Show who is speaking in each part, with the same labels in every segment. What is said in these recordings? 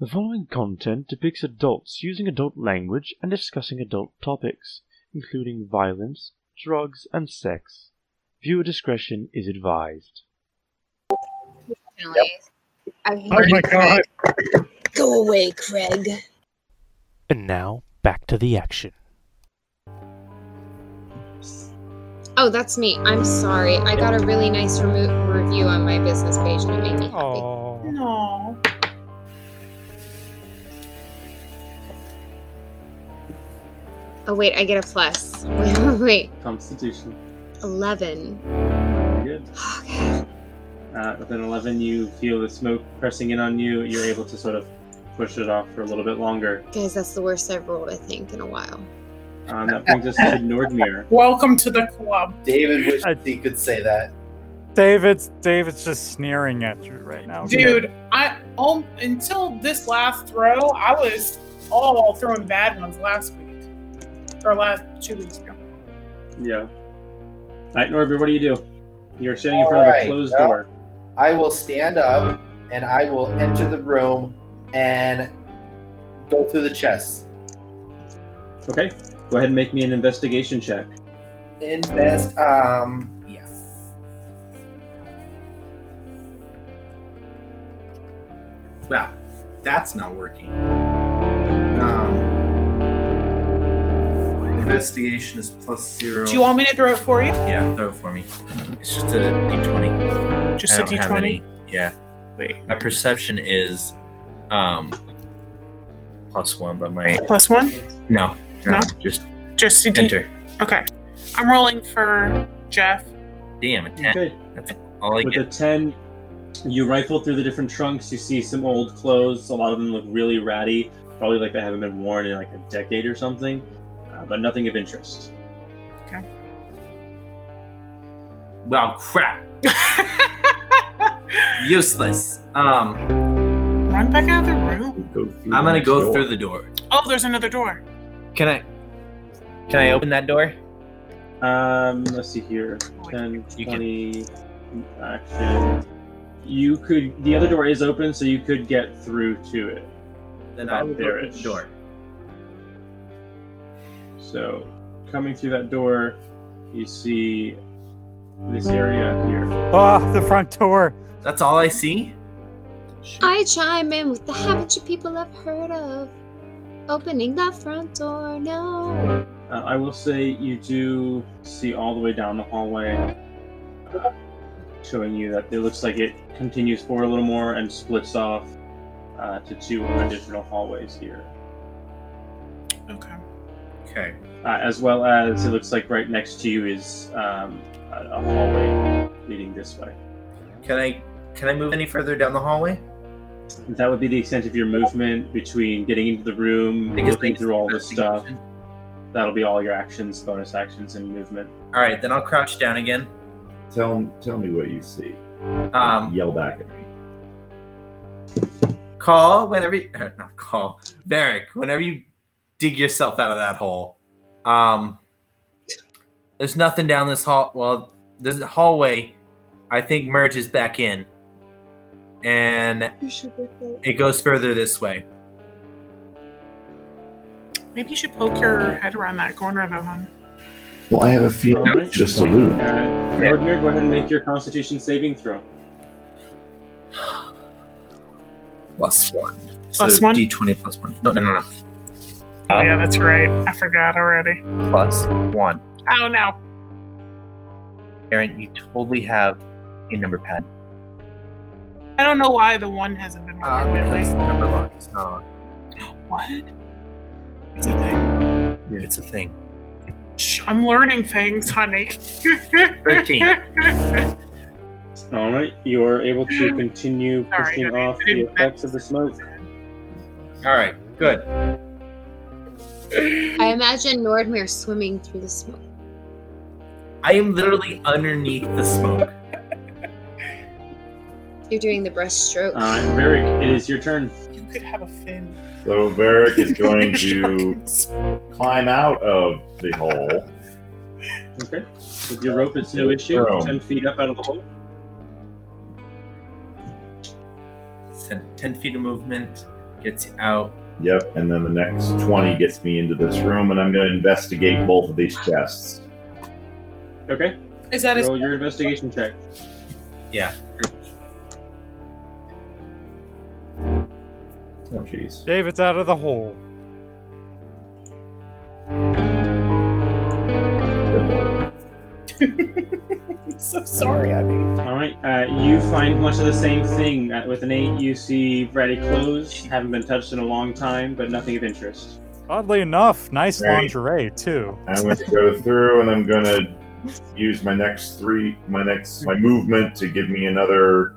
Speaker 1: The following content depicts adults using adult language and discussing adult topics, including violence, drugs, and sex. Viewer discretion is advised.
Speaker 2: Definitely. I hate
Speaker 3: Oh my god.
Speaker 2: Go away, Craig.
Speaker 4: And now, back to the action.
Speaker 2: Oh, that's me. I'm sorry. I got a really nice remo- review on my business page and it made me happy.
Speaker 4: Oh,
Speaker 5: No.
Speaker 2: Oh, wait, I get a plus. Wait, wait, wait.
Speaker 3: Constitution.
Speaker 2: 11.
Speaker 3: Good.
Speaker 2: Okay.
Speaker 3: Uh, with an 11, you feel the smoke pressing in on you. You're able to sort of push it off for a little bit longer.
Speaker 2: Guys, that's the worst I've rolled, I think, in a while.
Speaker 3: Um, that brings us to Nordmir.
Speaker 5: Welcome to the club.
Speaker 6: David wished
Speaker 7: I-
Speaker 6: he could say that.
Speaker 7: David's David's just sneering at you right now.
Speaker 5: Dude, I um, until this last throw, I was all throwing bad ones last week. Or last two weeks ago.
Speaker 3: Yeah. All right, Nordmir, what do you do? You're standing in front of a
Speaker 6: Alright,
Speaker 3: closed
Speaker 6: well-
Speaker 3: door.
Speaker 6: I will stand up and I will enter the room and go through the chest.
Speaker 3: Okay. Go ahead and make me an investigation check.
Speaker 6: Invest. Um. Yes. Wow, that's not working. Um. Investigation is plus zero.
Speaker 5: Do you want me to throw it for you?
Speaker 6: Yeah, throw it for me. It's just a d20.
Speaker 5: Just
Speaker 8: I
Speaker 5: a
Speaker 8: don't have
Speaker 5: d20.
Speaker 8: any. Yeah.
Speaker 5: Wait.
Speaker 8: My perception is um plus one, but my
Speaker 5: Plus one?
Speaker 8: no, no,
Speaker 5: No?
Speaker 8: just
Speaker 5: Just a d.
Speaker 8: enter.
Speaker 5: Okay. I'm rolling for Jeff.
Speaker 8: Damn, a ten.
Speaker 3: Okay.
Speaker 8: All I
Speaker 3: With
Speaker 8: get.
Speaker 3: a 10, you rifle through the different trunks. You see some old clothes. A lot of them look really ratty. Probably like they haven't been worn in like a decade or something, uh, but nothing of interest.
Speaker 6: Well, crap. Useless. Um,
Speaker 5: Run back out of the room.
Speaker 6: I'm gonna go through the door.
Speaker 5: Oh, there's another door.
Speaker 8: Can I? Can I open that door?
Speaker 3: Um, let's see here. 10,
Speaker 8: You can-
Speaker 3: 20, action. You could. The other door is open, so you could get through to it.
Speaker 6: Then I will go through
Speaker 3: Barbarish.
Speaker 6: the door.
Speaker 3: So, coming through that door, you see this area here.
Speaker 7: Oh, the front door.
Speaker 6: That's all I see.
Speaker 2: I chime in with the haven't you people have heard of? Opening that front door, no.
Speaker 3: Uh, I will say you do see all the way down the hallway, uh, showing you that it looks like it continues forward a little more and splits off uh, to two additional hallways here.
Speaker 5: Okay.
Speaker 8: Okay.
Speaker 3: uh, as well as it looks like right next to you is um, a, a hallway leading this way.
Speaker 8: Can I? Can I move any further down the hallway?
Speaker 3: That would be the extent of your movement between getting into the room, looking
Speaker 8: like,
Speaker 3: through all the stuff.
Speaker 8: investigation.
Speaker 3: That'll be all your actions, bonus actions, and movement.
Speaker 8: All right, then I'll crouch down again.
Speaker 9: Tell tell me what you see.
Speaker 8: Um,
Speaker 9: Yell back at me.
Speaker 8: call whenever you, uh, not call Varric whenever you dig yourself out of that hole. Um, there's nothing down this hall. Well, this hallway, I think merges back in, and
Speaker 2: You should go
Speaker 8: it goes further this way.
Speaker 5: Maybe you should poke your head around that corner, though, hon.
Speaker 8: Uh,
Speaker 9: Well, I have a feeling it's just a loop.
Speaker 3: All right, Nordmir, go ahead and make your Constitution saving throw.
Speaker 8: Plus one.
Speaker 5: Plus one?
Speaker 8: D twenty plus one. No, no, no, no.
Speaker 5: Oh, yeah, that's right. I forgot already.
Speaker 8: Plus one.
Speaker 5: Oh, no.
Speaker 8: Aaron, you totally have a number pad.
Speaker 5: I don't know why the one hasn't been
Speaker 8: Uh,
Speaker 5: marked. at least.
Speaker 8: number lock is not. on.
Speaker 5: What?
Speaker 8: It's a thing. It's a thing.
Speaker 5: Shh, I'm learning things, honey.
Speaker 8: Thirteen.
Speaker 3: All right, you are able to continue
Speaker 5: Sorry,
Speaker 3: pushing
Speaker 5: I
Speaker 3: off the
Speaker 5: didn't-
Speaker 3: effects of the smoke.
Speaker 8: All right, good.
Speaker 2: I imagine Nordmere swimming through the smoke.
Speaker 8: I am literally underneath the smoke.
Speaker 2: You're doing the breaststroke.
Speaker 3: All right, Varric, Uh, it is your turn.
Speaker 5: you could have a fin.
Speaker 9: So Varric is going to climb out of the hole.
Speaker 3: Okay, with your rope, it's no issue.
Speaker 9: Throw.
Speaker 3: Ten feet up out of the hole.
Speaker 8: Ten, 10 feet of movement. gets you out.
Speaker 9: Yep, and then the next 20 gets me into this room, and I'm going to investigate both of these chests.
Speaker 3: Okay.
Speaker 5: Is that his?
Speaker 3: Roll your investigation check.
Speaker 8: Yeah.
Speaker 9: Oh, jeez.
Speaker 7: David's out of the hole.
Speaker 5: I'm so sorry, I mean.
Speaker 3: All right. Uh, you find much of the same thing. Uh, with an eight, you see ratty clothes, haven't been touched in a long time, but nothing of interest.
Speaker 7: Oddly enough, nice
Speaker 9: Right.
Speaker 7: lingerie too.
Speaker 9: I'm going to go through, and I'm going to use my next three, my next, my movement to give me another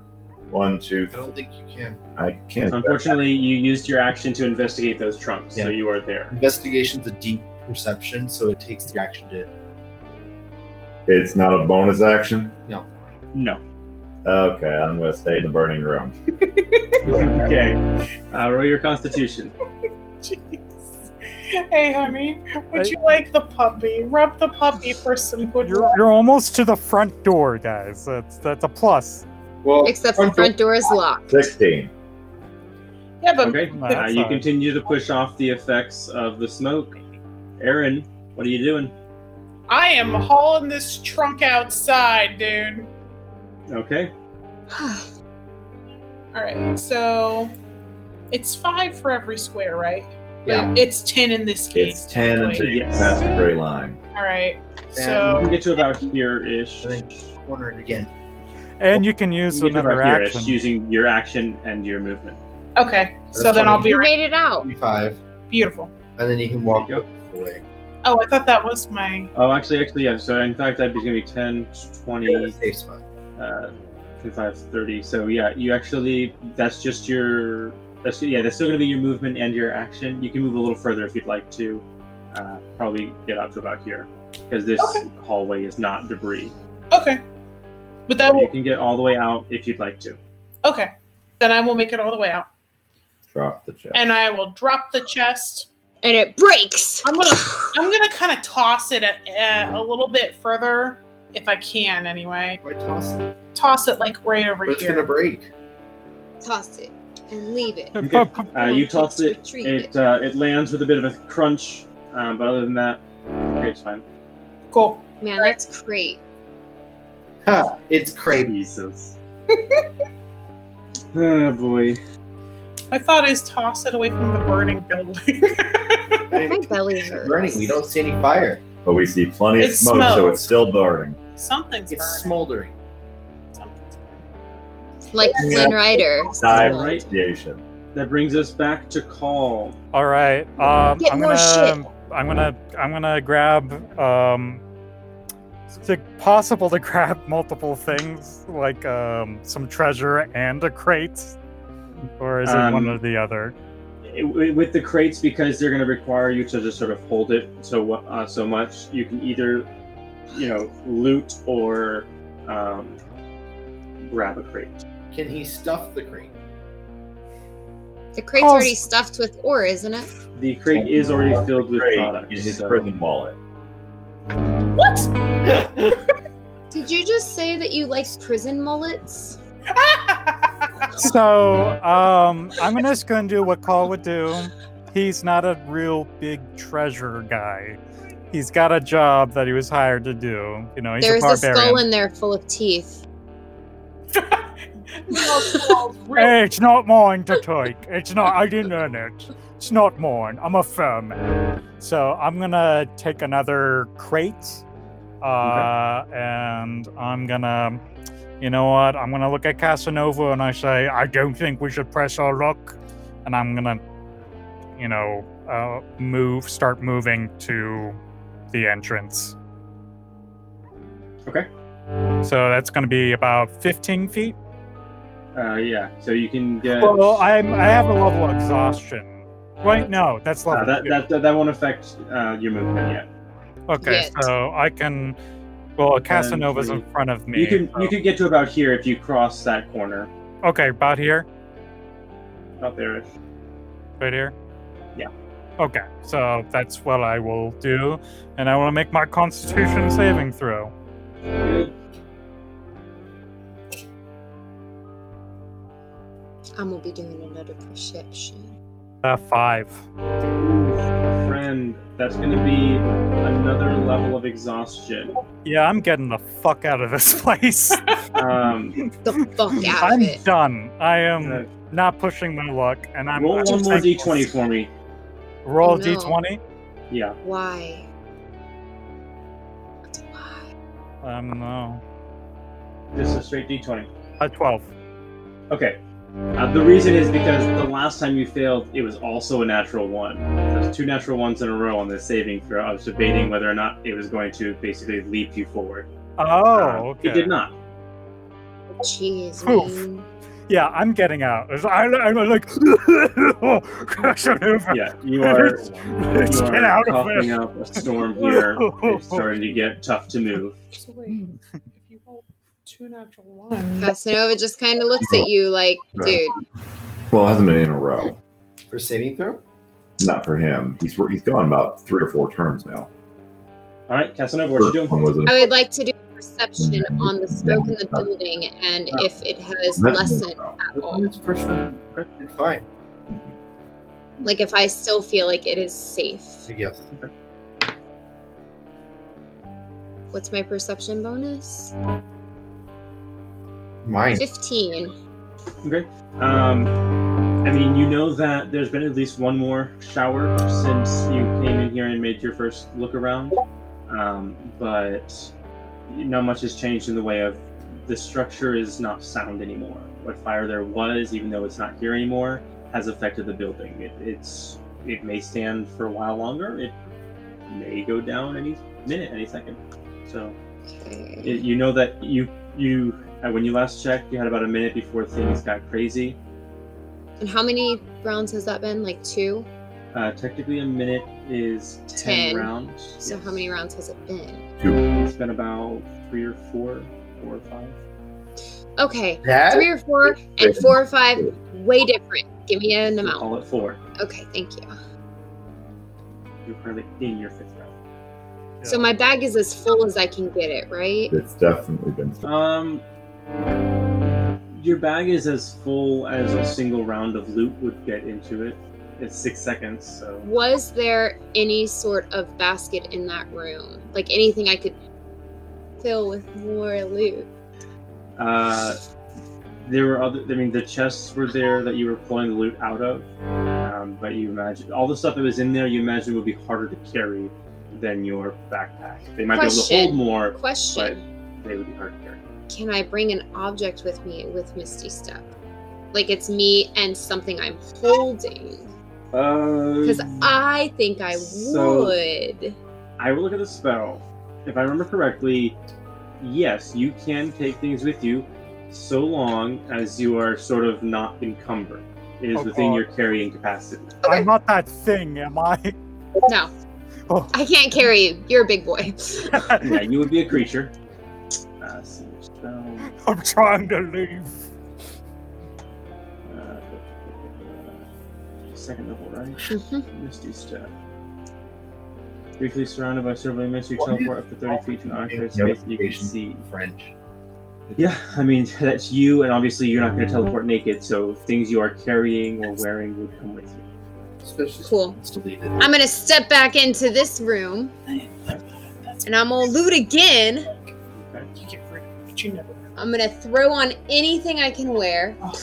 Speaker 9: one, two.
Speaker 6: I don't think you can.
Speaker 9: I can't.
Speaker 3: Unfortunately, you used your action to investigate those trunks, so
Speaker 6: Yeah.
Speaker 3: you are there.
Speaker 6: Investigation's a deep perception, so it takes the action to.
Speaker 9: It's not a bonus action.
Speaker 3: No.
Speaker 9: Okay, I'm going to stay in the burning room.
Speaker 3: Okay. Uh, roll your constitution.
Speaker 5: Jeez. Hey, honey, would you like the puppy? Rub the puppy for some good
Speaker 7: You're,
Speaker 5: luck.
Speaker 7: you're almost to the front door, guys. That's that's a plus.
Speaker 6: Well,
Speaker 2: Except the front door is locked.
Speaker 9: 16.
Speaker 5: Yeah, but
Speaker 3: Okay. Uh,
Speaker 7: That's
Speaker 3: you
Speaker 7: fine.
Speaker 3: continue to push off the effects of the smoke. Aaron, what are you doing?
Speaker 5: I am hauling this trunk outside, dude.
Speaker 3: Okay.
Speaker 5: All right, so it's five for every square, right?
Speaker 6: Yeah.
Speaker 5: Like, it's ten in this case.
Speaker 9: It's 10 until you
Speaker 3: Yes.
Speaker 9: pass the gray line.
Speaker 5: All right,
Speaker 3: You
Speaker 5: so
Speaker 3: can get to about here ish.
Speaker 6: I think corner it again.
Speaker 7: And you can use another action.
Speaker 3: using your action and your movement.
Speaker 5: okay, so
Speaker 6: That's
Speaker 5: then I'll be
Speaker 2: You
Speaker 5: right.
Speaker 2: made it out.
Speaker 6: Forty-five,
Speaker 5: Beautiful.
Speaker 6: and then you can walk
Speaker 3: There you
Speaker 6: away.
Speaker 5: Oh, I thought that was my.
Speaker 3: Oh, actually, actually, yeah. So, in fact, that'd be going to be 10, 20,
Speaker 6: Safe spot.
Speaker 3: uh, 25, 30. So, yeah, you actually, that's just your, that's, yeah, that's still going to be your movement and your action. You can move a little further if you'd like to. Uh, probably get up to about here because this
Speaker 5: Okay.
Speaker 3: hallway is not debris.
Speaker 5: Okay, but that
Speaker 3: You
Speaker 5: will.
Speaker 3: can get all the way out if you'd like to. Uh,
Speaker 5: Okay, then I will make it all the way out,
Speaker 9: Drop the chest.
Speaker 5: and I will drop the chest.
Speaker 2: And it breaks.
Speaker 5: I'm gonna, I'm gonna kind of toss it a, a, a little bit further if I can, anyway.
Speaker 6: Why toss it?
Speaker 5: Toss it like right over
Speaker 6: But It's
Speaker 5: here.
Speaker 6: gonna break.
Speaker 2: Toss it and leave it.
Speaker 3: Okay. Uh, you toss it.
Speaker 2: Retrieve
Speaker 3: It uh, it lands with a bit of a crunch, um, but other than that, okay, it's fine.
Speaker 5: Cool.
Speaker 2: Man, that's great.
Speaker 6: Ha! It's crazy.
Speaker 3: Jesus. oh boy.
Speaker 5: My thought is toss it away from the burning building.
Speaker 2: My belly hurts.
Speaker 6: burning. We don't see any fire.
Speaker 9: But we see plenty of
Speaker 5: It's
Speaker 9: smoke, so
Speaker 5: smoke.
Speaker 9: it's still burning.
Speaker 5: Something's
Speaker 6: It's
Speaker 5: burning.
Speaker 6: smoldering.
Speaker 5: Something's
Speaker 2: Like Flynn Rider.
Speaker 9: Time
Speaker 3: Right.
Speaker 9: radiation.
Speaker 3: That brings us back to call.
Speaker 7: All right. Um,
Speaker 2: Get
Speaker 7: I'm
Speaker 2: more
Speaker 7: gonna,
Speaker 2: shit.
Speaker 7: I'm gonna, I'm gonna grab. Um, is it possible to grab multiple things like um, some treasure and a crate, or is it one
Speaker 3: Um,
Speaker 7: or the other?
Speaker 3: It- With the crates, because they're going to require you to just sort of hold it so uh, so much, you can either, you know, loot or um, grab a crate.
Speaker 6: Can he stuff the crate?
Speaker 2: The crate's already stuffed with ore, isn't it?
Speaker 3: The
Speaker 9: Oh,
Speaker 3: crate is already filled with
Speaker 9: Great.
Speaker 3: product.
Speaker 9: In his
Speaker 3: so-
Speaker 9: prison wallet.
Speaker 5: What?
Speaker 2: Did you just say that you like prison mullets?
Speaker 7: So um, I'm gonna- just gonna do what Call would do. He's not a real big treasure guy. He's got a job that he was hired to do. You know, he's
Speaker 2: There's
Speaker 7: a
Speaker 2: a
Speaker 7: barbarian.
Speaker 2: skull in there full of teeth.
Speaker 5: No, Paul's real-
Speaker 7: Hey, it's not mine to take. It's not. I didn't earn it. It's not mine. I'm a fair man. So I'm gonna take another crate, uh, and I'm gonna, you know what? I'm gonna look at Casanova and I say, I don't think we should press our luck, and I'm gonna, you know, uh, move, start moving to the entrance.
Speaker 3: Okay.
Speaker 7: So that's gonna be about 15 feet.
Speaker 3: Uh, yeah, so you can get.
Speaker 7: Well, I'm, I have a level of exhaustion. Wait, no, that's
Speaker 3: Uh,
Speaker 7: level
Speaker 3: that,
Speaker 7: two.
Speaker 3: that, that, that won't affect uh, your movement yet.
Speaker 7: okay,
Speaker 2: Yes.
Speaker 7: so I can. Well, Casanova's in
Speaker 3: three.
Speaker 7: front of me.
Speaker 3: You can
Speaker 7: so-
Speaker 3: you could get to about here if you cross that corner
Speaker 7: Okay, about here,
Speaker 3: up there.
Speaker 7: right here.
Speaker 3: Yeah.
Speaker 7: Okay, so that's what I will do, and I want to make my Constitution saving throw.
Speaker 2: I'm gonna be doing another perception.
Speaker 7: Uh, five.
Speaker 3: Friend, that's going to be another level of exhaustion.
Speaker 7: Yeah, I'm getting the fuck out of this place.
Speaker 3: Um,
Speaker 2: The fuck out of
Speaker 7: I'm
Speaker 2: it.
Speaker 7: done. I am
Speaker 3: uh,
Speaker 7: not pushing my luck, and I'm
Speaker 3: roll
Speaker 7: I'm
Speaker 3: one more
Speaker 7: taking-
Speaker 3: d20 for me.
Speaker 7: Roll
Speaker 2: Oh, no.
Speaker 7: d20.
Speaker 3: Yeah.
Speaker 2: Why? Why?
Speaker 7: I don't know.
Speaker 3: Just a straight d20.
Speaker 7: A Uh, twelve.
Speaker 3: Okay. Uh, the reason is because the last time you failed, it was also a natural one. There's two natural ones in a row on this saving throw. I was debating whether or not it was going to basically leap you forward.
Speaker 7: Oh,
Speaker 3: Uh,
Speaker 7: okay.
Speaker 3: It did not.
Speaker 2: Jeez,
Speaker 7: Oof.
Speaker 2: man.
Speaker 7: Yeah, I'm getting out. It's- I, I'm like, crash it over.
Speaker 3: Yeah, you are.
Speaker 7: Let's
Speaker 3: you are
Speaker 7: get out of
Speaker 3: coughing
Speaker 7: here.
Speaker 3: up a storm here. it's starting to get tough to move.
Speaker 5: So wait, if you roll two natural ones,
Speaker 2: Casanova just kind of looks at you like, dude,
Speaker 9: Well, it hasn't been in a row.
Speaker 6: For saving throw?
Speaker 9: Not for him. He's he's gone about three or four turns now.
Speaker 3: All right, Casanova, what you
Speaker 9: First
Speaker 3: doing?
Speaker 9: one was
Speaker 2: I
Speaker 9: a-
Speaker 2: would like to do perception on the smoke in the building and if it has lessened at all.
Speaker 6: It's first one. It's fine.
Speaker 2: Like if I still feel like it is safe.
Speaker 6: Yes.
Speaker 2: What's my perception bonus?
Speaker 6: Mine.
Speaker 2: 15.
Speaker 3: Okay. Um, I mean, you know that there's been at least one more shower since you came in here and made your first look around, um, but not much has changed in the way of the structure is not sound anymore. What fire there was, even though it's not here anymore, has affected the building. It, it's it may stand for a while longer. It may go down any minute, any second. So
Speaker 2: Okay.
Speaker 3: it, you know that you you uh, when you last checked you had about a minute before things got crazy
Speaker 2: And how many rounds has that been? Like two?
Speaker 3: uh, technically a minute is 10,
Speaker 2: Ten.
Speaker 3: rounds
Speaker 2: So how many rounds has it been?
Speaker 3: it's been about three or four four or five
Speaker 2: Okay.
Speaker 6: That
Speaker 2: Three or four and four or five, way different. Give me an
Speaker 3: We'll
Speaker 2: amount.
Speaker 3: call it four
Speaker 2: Okay, thank you.
Speaker 3: you're currently in your fifth round
Speaker 2: So my bag is as full as I can get it, right?
Speaker 9: It's definitely been.
Speaker 3: um your bag is as full as a single round of loot would get into it it's six seconds so
Speaker 2: Was there any sort of basket in that room? Like anything I could fill with more loot?
Speaker 3: Uh, there were other. I mean, the chests were there that you were pulling the loot out of, um, but you imagine all the stuff that was in there. You imagine would be harder to carry than your backpack. They might be
Speaker 2: Question.
Speaker 3: able to hold more, but
Speaker 2: Question
Speaker 3: they would be hard to carry.
Speaker 2: Can I bring an object with me with Misty Step? Like it's me and something I'm holding. Because
Speaker 3: Uh,
Speaker 2: I think I
Speaker 3: so-
Speaker 2: would.
Speaker 3: I will look at the spell. If I remember correctly, yes, you can take things with you, so long as you are sort of not encumbered. It is
Speaker 7: Oh,
Speaker 3: within
Speaker 7: God.
Speaker 3: your carrying capacity.
Speaker 7: I'm not that thing, am I?
Speaker 2: No.
Speaker 7: Oh.
Speaker 2: I can't carry you. You're a big boy.
Speaker 3: yeah, you would be a creature. Uh, so your spell.
Speaker 7: I'm trying to leave.
Speaker 3: Uh, second level, right?
Speaker 2: Mhm.
Speaker 3: Misty step. Briefly surrounded by survey mist, you
Speaker 6: What is-
Speaker 3: teleport up to 30 feet to an occupied
Speaker 6: Yeah,
Speaker 3: space that you can
Speaker 6: location.
Speaker 3: see.
Speaker 6: French.
Speaker 3: Yeah, I mean, that's you, and obviously you're not going to teleport naked, so things you are carrying or wearing would come with you.
Speaker 6: Especially
Speaker 2: Cool.
Speaker 6: It's deleted.
Speaker 2: I'm gonna step back into this room and I'm gonna loot again.
Speaker 5: you get rid of it, but you never.
Speaker 2: I'm gonna throw on anything I can wear,
Speaker 5: Oh,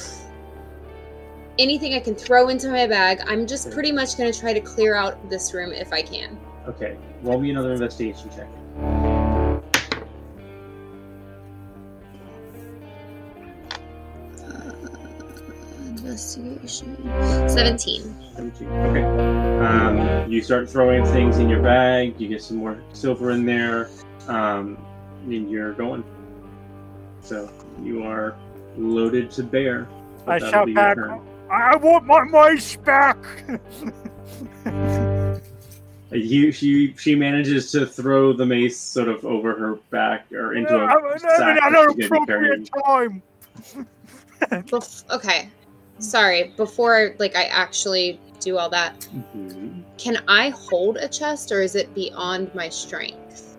Speaker 2: anything I can throw into my bag. I'm just pretty much gonna try to clear out this room if I can.
Speaker 3: Okay, roll me another investigation check.
Speaker 2: Investigation. 17.
Speaker 3: 17. Okay. Um, you start throwing things in your bag, you get some more silver in there, um, and you're going. So you are loaded to bear.
Speaker 7: I
Speaker 3: That'll
Speaker 7: shout
Speaker 3: be your
Speaker 7: back.
Speaker 3: turn. Uh,
Speaker 7: I want my mice back.
Speaker 3: You, she, she manages to throw the mace sort of over her back or into
Speaker 7: I'm
Speaker 3: a
Speaker 7: having
Speaker 3: sack. that
Speaker 7: an
Speaker 3: she's gonna be carrying.
Speaker 7: appropriate time.
Speaker 2: Bef- okay. Sorry. Before like I actually do all that,
Speaker 3: Mhm.
Speaker 2: can I hold a chest or is it beyond my strength?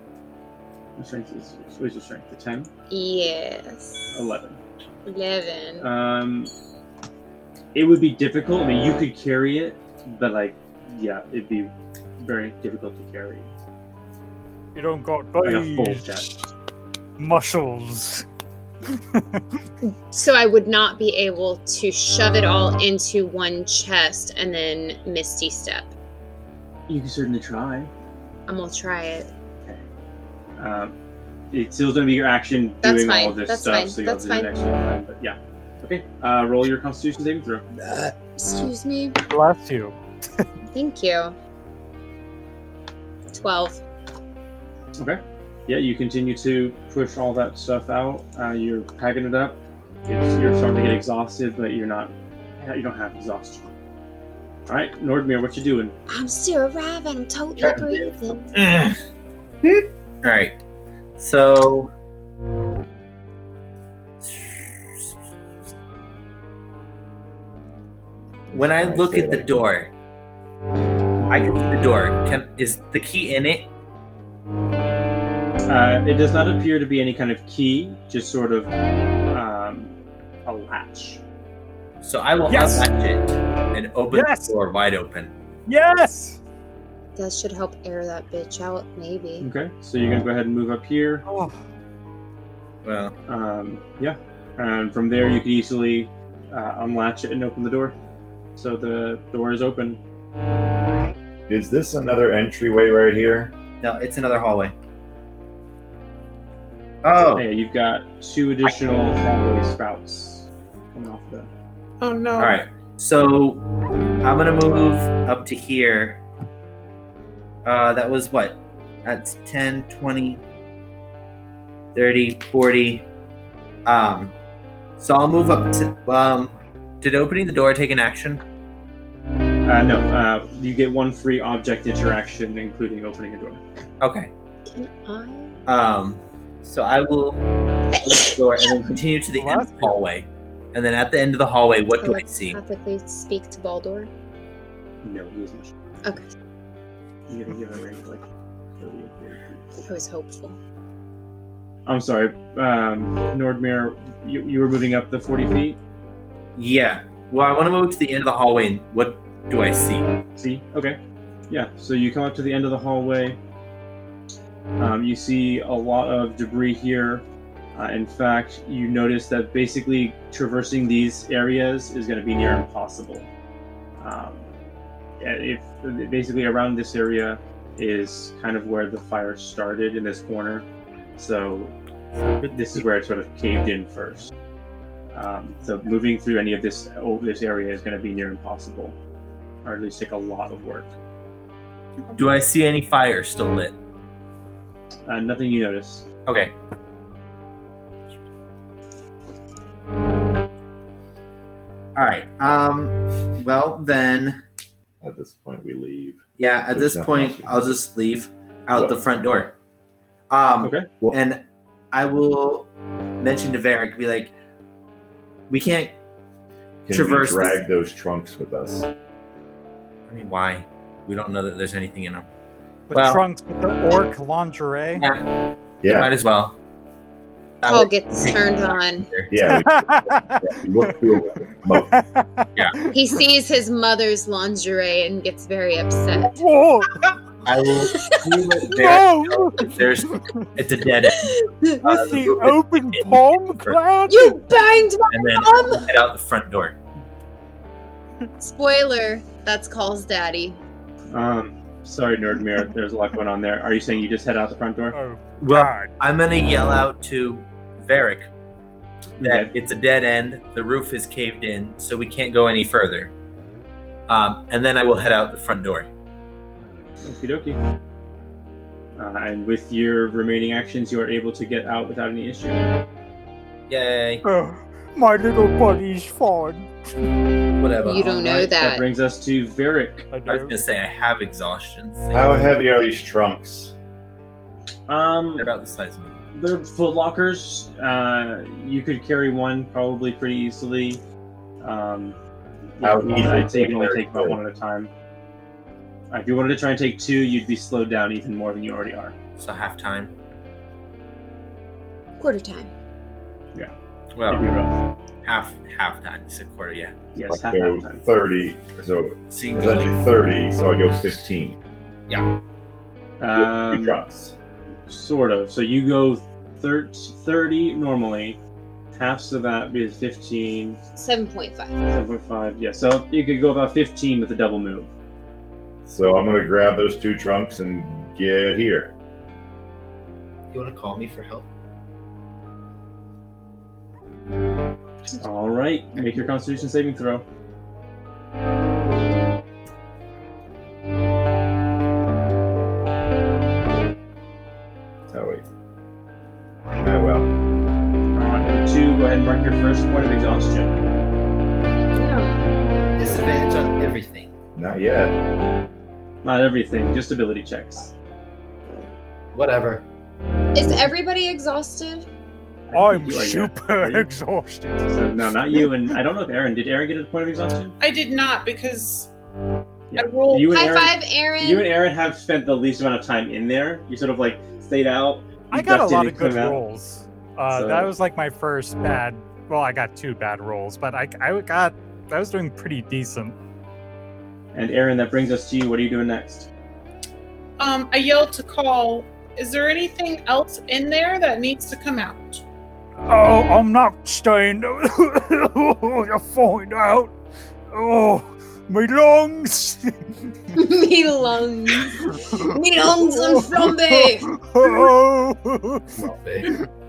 Speaker 3: What strength is- what is your strength? The 10?
Speaker 2: Yes.
Speaker 3: 11.
Speaker 2: 11.
Speaker 3: Uh, Um, it would be difficult. I mean, you could carry it, but like, yeah, it'd be very difficult to carry.
Speaker 7: You don't got
Speaker 3: Like a full
Speaker 7: those
Speaker 3: chest.
Speaker 7: muscles.
Speaker 2: So I would not be able to shove it all into one chest and then Misty Step.
Speaker 3: You can certainly try.
Speaker 2: I'm gonna try it.
Speaker 3: Um, it's still going to be your action
Speaker 2: That's
Speaker 3: doing all
Speaker 2: fine,
Speaker 3: of this
Speaker 2: that's
Speaker 3: stuff,
Speaker 2: fine,
Speaker 3: so you'll
Speaker 2: that's
Speaker 3: do the
Speaker 2: fine.
Speaker 3: next one. But yeah, okay. Uh, roll your Constitution saving throw.
Speaker 2: Excuse me.
Speaker 7: Bless you.
Speaker 2: Thank you. 12.
Speaker 3: Okay. Yeah, you continue to push all that stuff out. Uh, you're packing it up. It's, you're starting to get exhausted, but you're not. You don't have exhaustion. All right, Nordmir, what you doing?
Speaker 2: I'm still arriving. I'm totally
Speaker 6: Yeah.
Speaker 2: breathing.
Speaker 8: All right. So. When I look at the door, I can see the door. Can is the key in it?
Speaker 3: Uh, it does not appear to be any kind of key, just sort of um, a latch.
Speaker 8: So I will
Speaker 7: Yes.
Speaker 8: unlatch it and open
Speaker 7: Yes.
Speaker 8: the door wide open.
Speaker 7: Yes.
Speaker 2: That should help air that bitch out, maybe.
Speaker 3: Okay, so you're gonna go ahead and move up here.
Speaker 7: Oh,
Speaker 8: Well,
Speaker 3: Um, yeah, and from there you can easily uh, unlatch it and open the door. So the door is open.
Speaker 9: Is this another entryway right here?
Speaker 8: no, it's another hallway. Oh,
Speaker 3: Hey, you've got two additional hallway spouts coming off the.
Speaker 5: Oh no.
Speaker 8: all right. So I'm gonna move up to here. Uh, that was what? That's 10, 20, 30, 40. Um, so I'll move up to. Um, did opening the door take an action?
Speaker 3: Uh, no, uh, you get one free object interaction, including opening a door.
Speaker 8: Okay.
Speaker 2: Can I?
Speaker 8: Um, so I will close the door and then continue to the end of the hallway. And then at the end of the hallway, what do I see?
Speaker 2: Ethically speak to Baldur.
Speaker 3: No, he isn't.
Speaker 2: Okay.
Speaker 3: You gotta give him a range like. 30 or 40.
Speaker 2: I was hopeful.
Speaker 3: I'm sorry, um, Nordmir, you, you were moving up the 40 feet.
Speaker 8: Yeah. Well, I want to move to the end of the hallway, and what do I see?
Speaker 3: See? Okay. Yeah, so you come up to the end of the hallway. Um, you see a lot of debris here. Uh, in fact, you notice that basically traversing these areas is going to be near impossible. Um, yeah, if basically around this area is kind of where the fire started in this corner, so this is where it sort of caved in first. Um, so moving through any of this oh, this area is going to be near impossible or at least take a lot of work.
Speaker 8: Do I see any fire still lit?
Speaker 3: Uh, nothing you notice.
Speaker 8: Okay. All right. Um. Well, then,
Speaker 9: At this point, we leave.
Speaker 8: yeah. At
Speaker 9: There's
Speaker 8: this
Speaker 9: nothing
Speaker 8: point,
Speaker 9: else we can
Speaker 8: I'll
Speaker 9: do.
Speaker 8: just leave out the
Speaker 9: Well-
Speaker 8: front door. Um.
Speaker 3: Okay.
Speaker 9: Well-
Speaker 8: And I will mention to Varric, be like, we can't.
Speaker 9: Can
Speaker 8: Traverse
Speaker 9: we drag those trunks with us?
Speaker 8: I mean, why? We don't know that there's anything in them.
Speaker 7: the
Speaker 8: Well-
Speaker 7: trunks with the orc lingerie.
Speaker 9: Yeah,
Speaker 8: Might as well. I
Speaker 2: I'll
Speaker 8: would-
Speaker 2: get this turned on.
Speaker 9: yeah. we- we look cool with them. Mo-
Speaker 2: He sees his mother's lingerie and gets very upset.
Speaker 7: Whoa!
Speaker 8: I will. we let Varric
Speaker 7: No!
Speaker 8: know that There's. It's a dead end. Uh,
Speaker 7: With the open palm cloud?
Speaker 2: You banged my
Speaker 8: and then
Speaker 2: mom!
Speaker 8: head out the front door.
Speaker 2: Spoiler, that's Call's daddy.
Speaker 3: Um, sorry, Nerdmere. There's a lot going on there. Are you saying you just head out the front door?
Speaker 7: Oh,
Speaker 8: Well,
Speaker 7: God.
Speaker 8: I'm gonna yell out to Varric that
Speaker 3: Okay.
Speaker 8: it's a dead end. The roof is caved in, so we can't go any further. Um, and then I will head out the front door.
Speaker 3: Okie dokie. Uh, and with your remaining actions, you are able to get out without any issue.
Speaker 8: Yay!
Speaker 7: Oh, my little buddy's fallen.
Speaker 8: Whatever.
Speaker 2: You don't know
Speaker 3: Alright,
Speaker 2: that.
Speaker 3: brings us to Varric.
Speaker 7: I
Speaker 8: I was
Speaker 7: do.
Speaker 8: gonna say I have exhaustion. so
Speaker 9: How heavy are these trunks?
Speaker 3: Um,
Speaker 8: They're about the size of me.
Speaker 3: they're foot lockers. Uh, you could carry one probably pretty easily. Um,
Speaker 9: How
Speaker 3: one-
Speaker 9: easily
Speaker 3: I'd say you can only
Speaker 9: can
Speaker 3: take about
Speaker 9: they-
Speaker 3: one at a time. Uh, if you wanted to try and take two, you'd be slowed down even more than you already are.
Speaker 8: So half time.
Speaker 2: Quarter time.
Speaker 3: It'd be
Speaker 8: Well,
Speaker 3: rough.
Speaker 8: half half time. You said quarter, yeah.
Speaker 3: Yes,
Speaker 9: I
Speaker 3: half
Speaker 9: go
Speaker 3: half time.
Speaker 9: 30, so
Speaker 8: So you
Speaker 9: it's
Speaker 8: can go like
Speaker 9: actually 30, so I go 15. Two
Speaker 3: Um,
Speaker 9: drops.
Speaker 3: sort of. So you go thir- 30 normally. Halves of that is 15.
Speaker 2: 7.5.
Speaker 3: 7.5. Yeah, so you could go about 15 with a double move.
Speaker 9: So I'm going to grab those two trunks and get here.
Speaker 8: You want to call me for help?
Speaker 3: All right, make your Constitution saving throw.
Speaker 9: Oh, wait. Oh, well.
Speaker 3: On two, go ahead and mark your first point of exhaustion.
Speaker 6: Disadvantage on everything.
Speaker 9: Not yet.
Speaker 3: Not everything, just ability checks.
Speaker 6: Whatever.
Speaker 2: Is everybody exhausted?
Speaker 7: I'm
Speaker 3: You are, yeah.
Speaker 7: super
Speaker 3: Are you-
Speaker 7: exhausted.
Speaker 3: So, no, not you. And I don't know if Aaron did. Aaron get a point of exhaustion?
Speaker 5: I did not because
Speaker 3: Yeah.
Speaker 5: I rolled.
Speaker 3: You and
Speaker 2: Oh, High
Speaker 3: Aaron,
Speaker 2: five, Aaron.
Speaker 3: you and Aaron have spent the least amount of time in there. You sort of like stayed out. you
Speaker 7: I got a
Speaker 3: ducked in
Speaker 7: lot
Speaker 3: and
Speaker 7: of good
Speaker 3: came out.
Speaker 7: rolls. Uh,
Speaker 3: So-
Speaker 7: That was like my first bad. Well, I got two bad rolls, but I, I got. I was doing pretty decent.
Speaker 3: And Aaron, that brings us to you. What are you doing next?
Speaker 5: um, I yelled to call. Is there anything else in there that needs to come out?
Speaker 7: Oh, I'm not staying. You'll find out. Oh, my lungs.
Speaker 2: Me lungs. Me lungs on Flambe.
Speaker 7: Oh.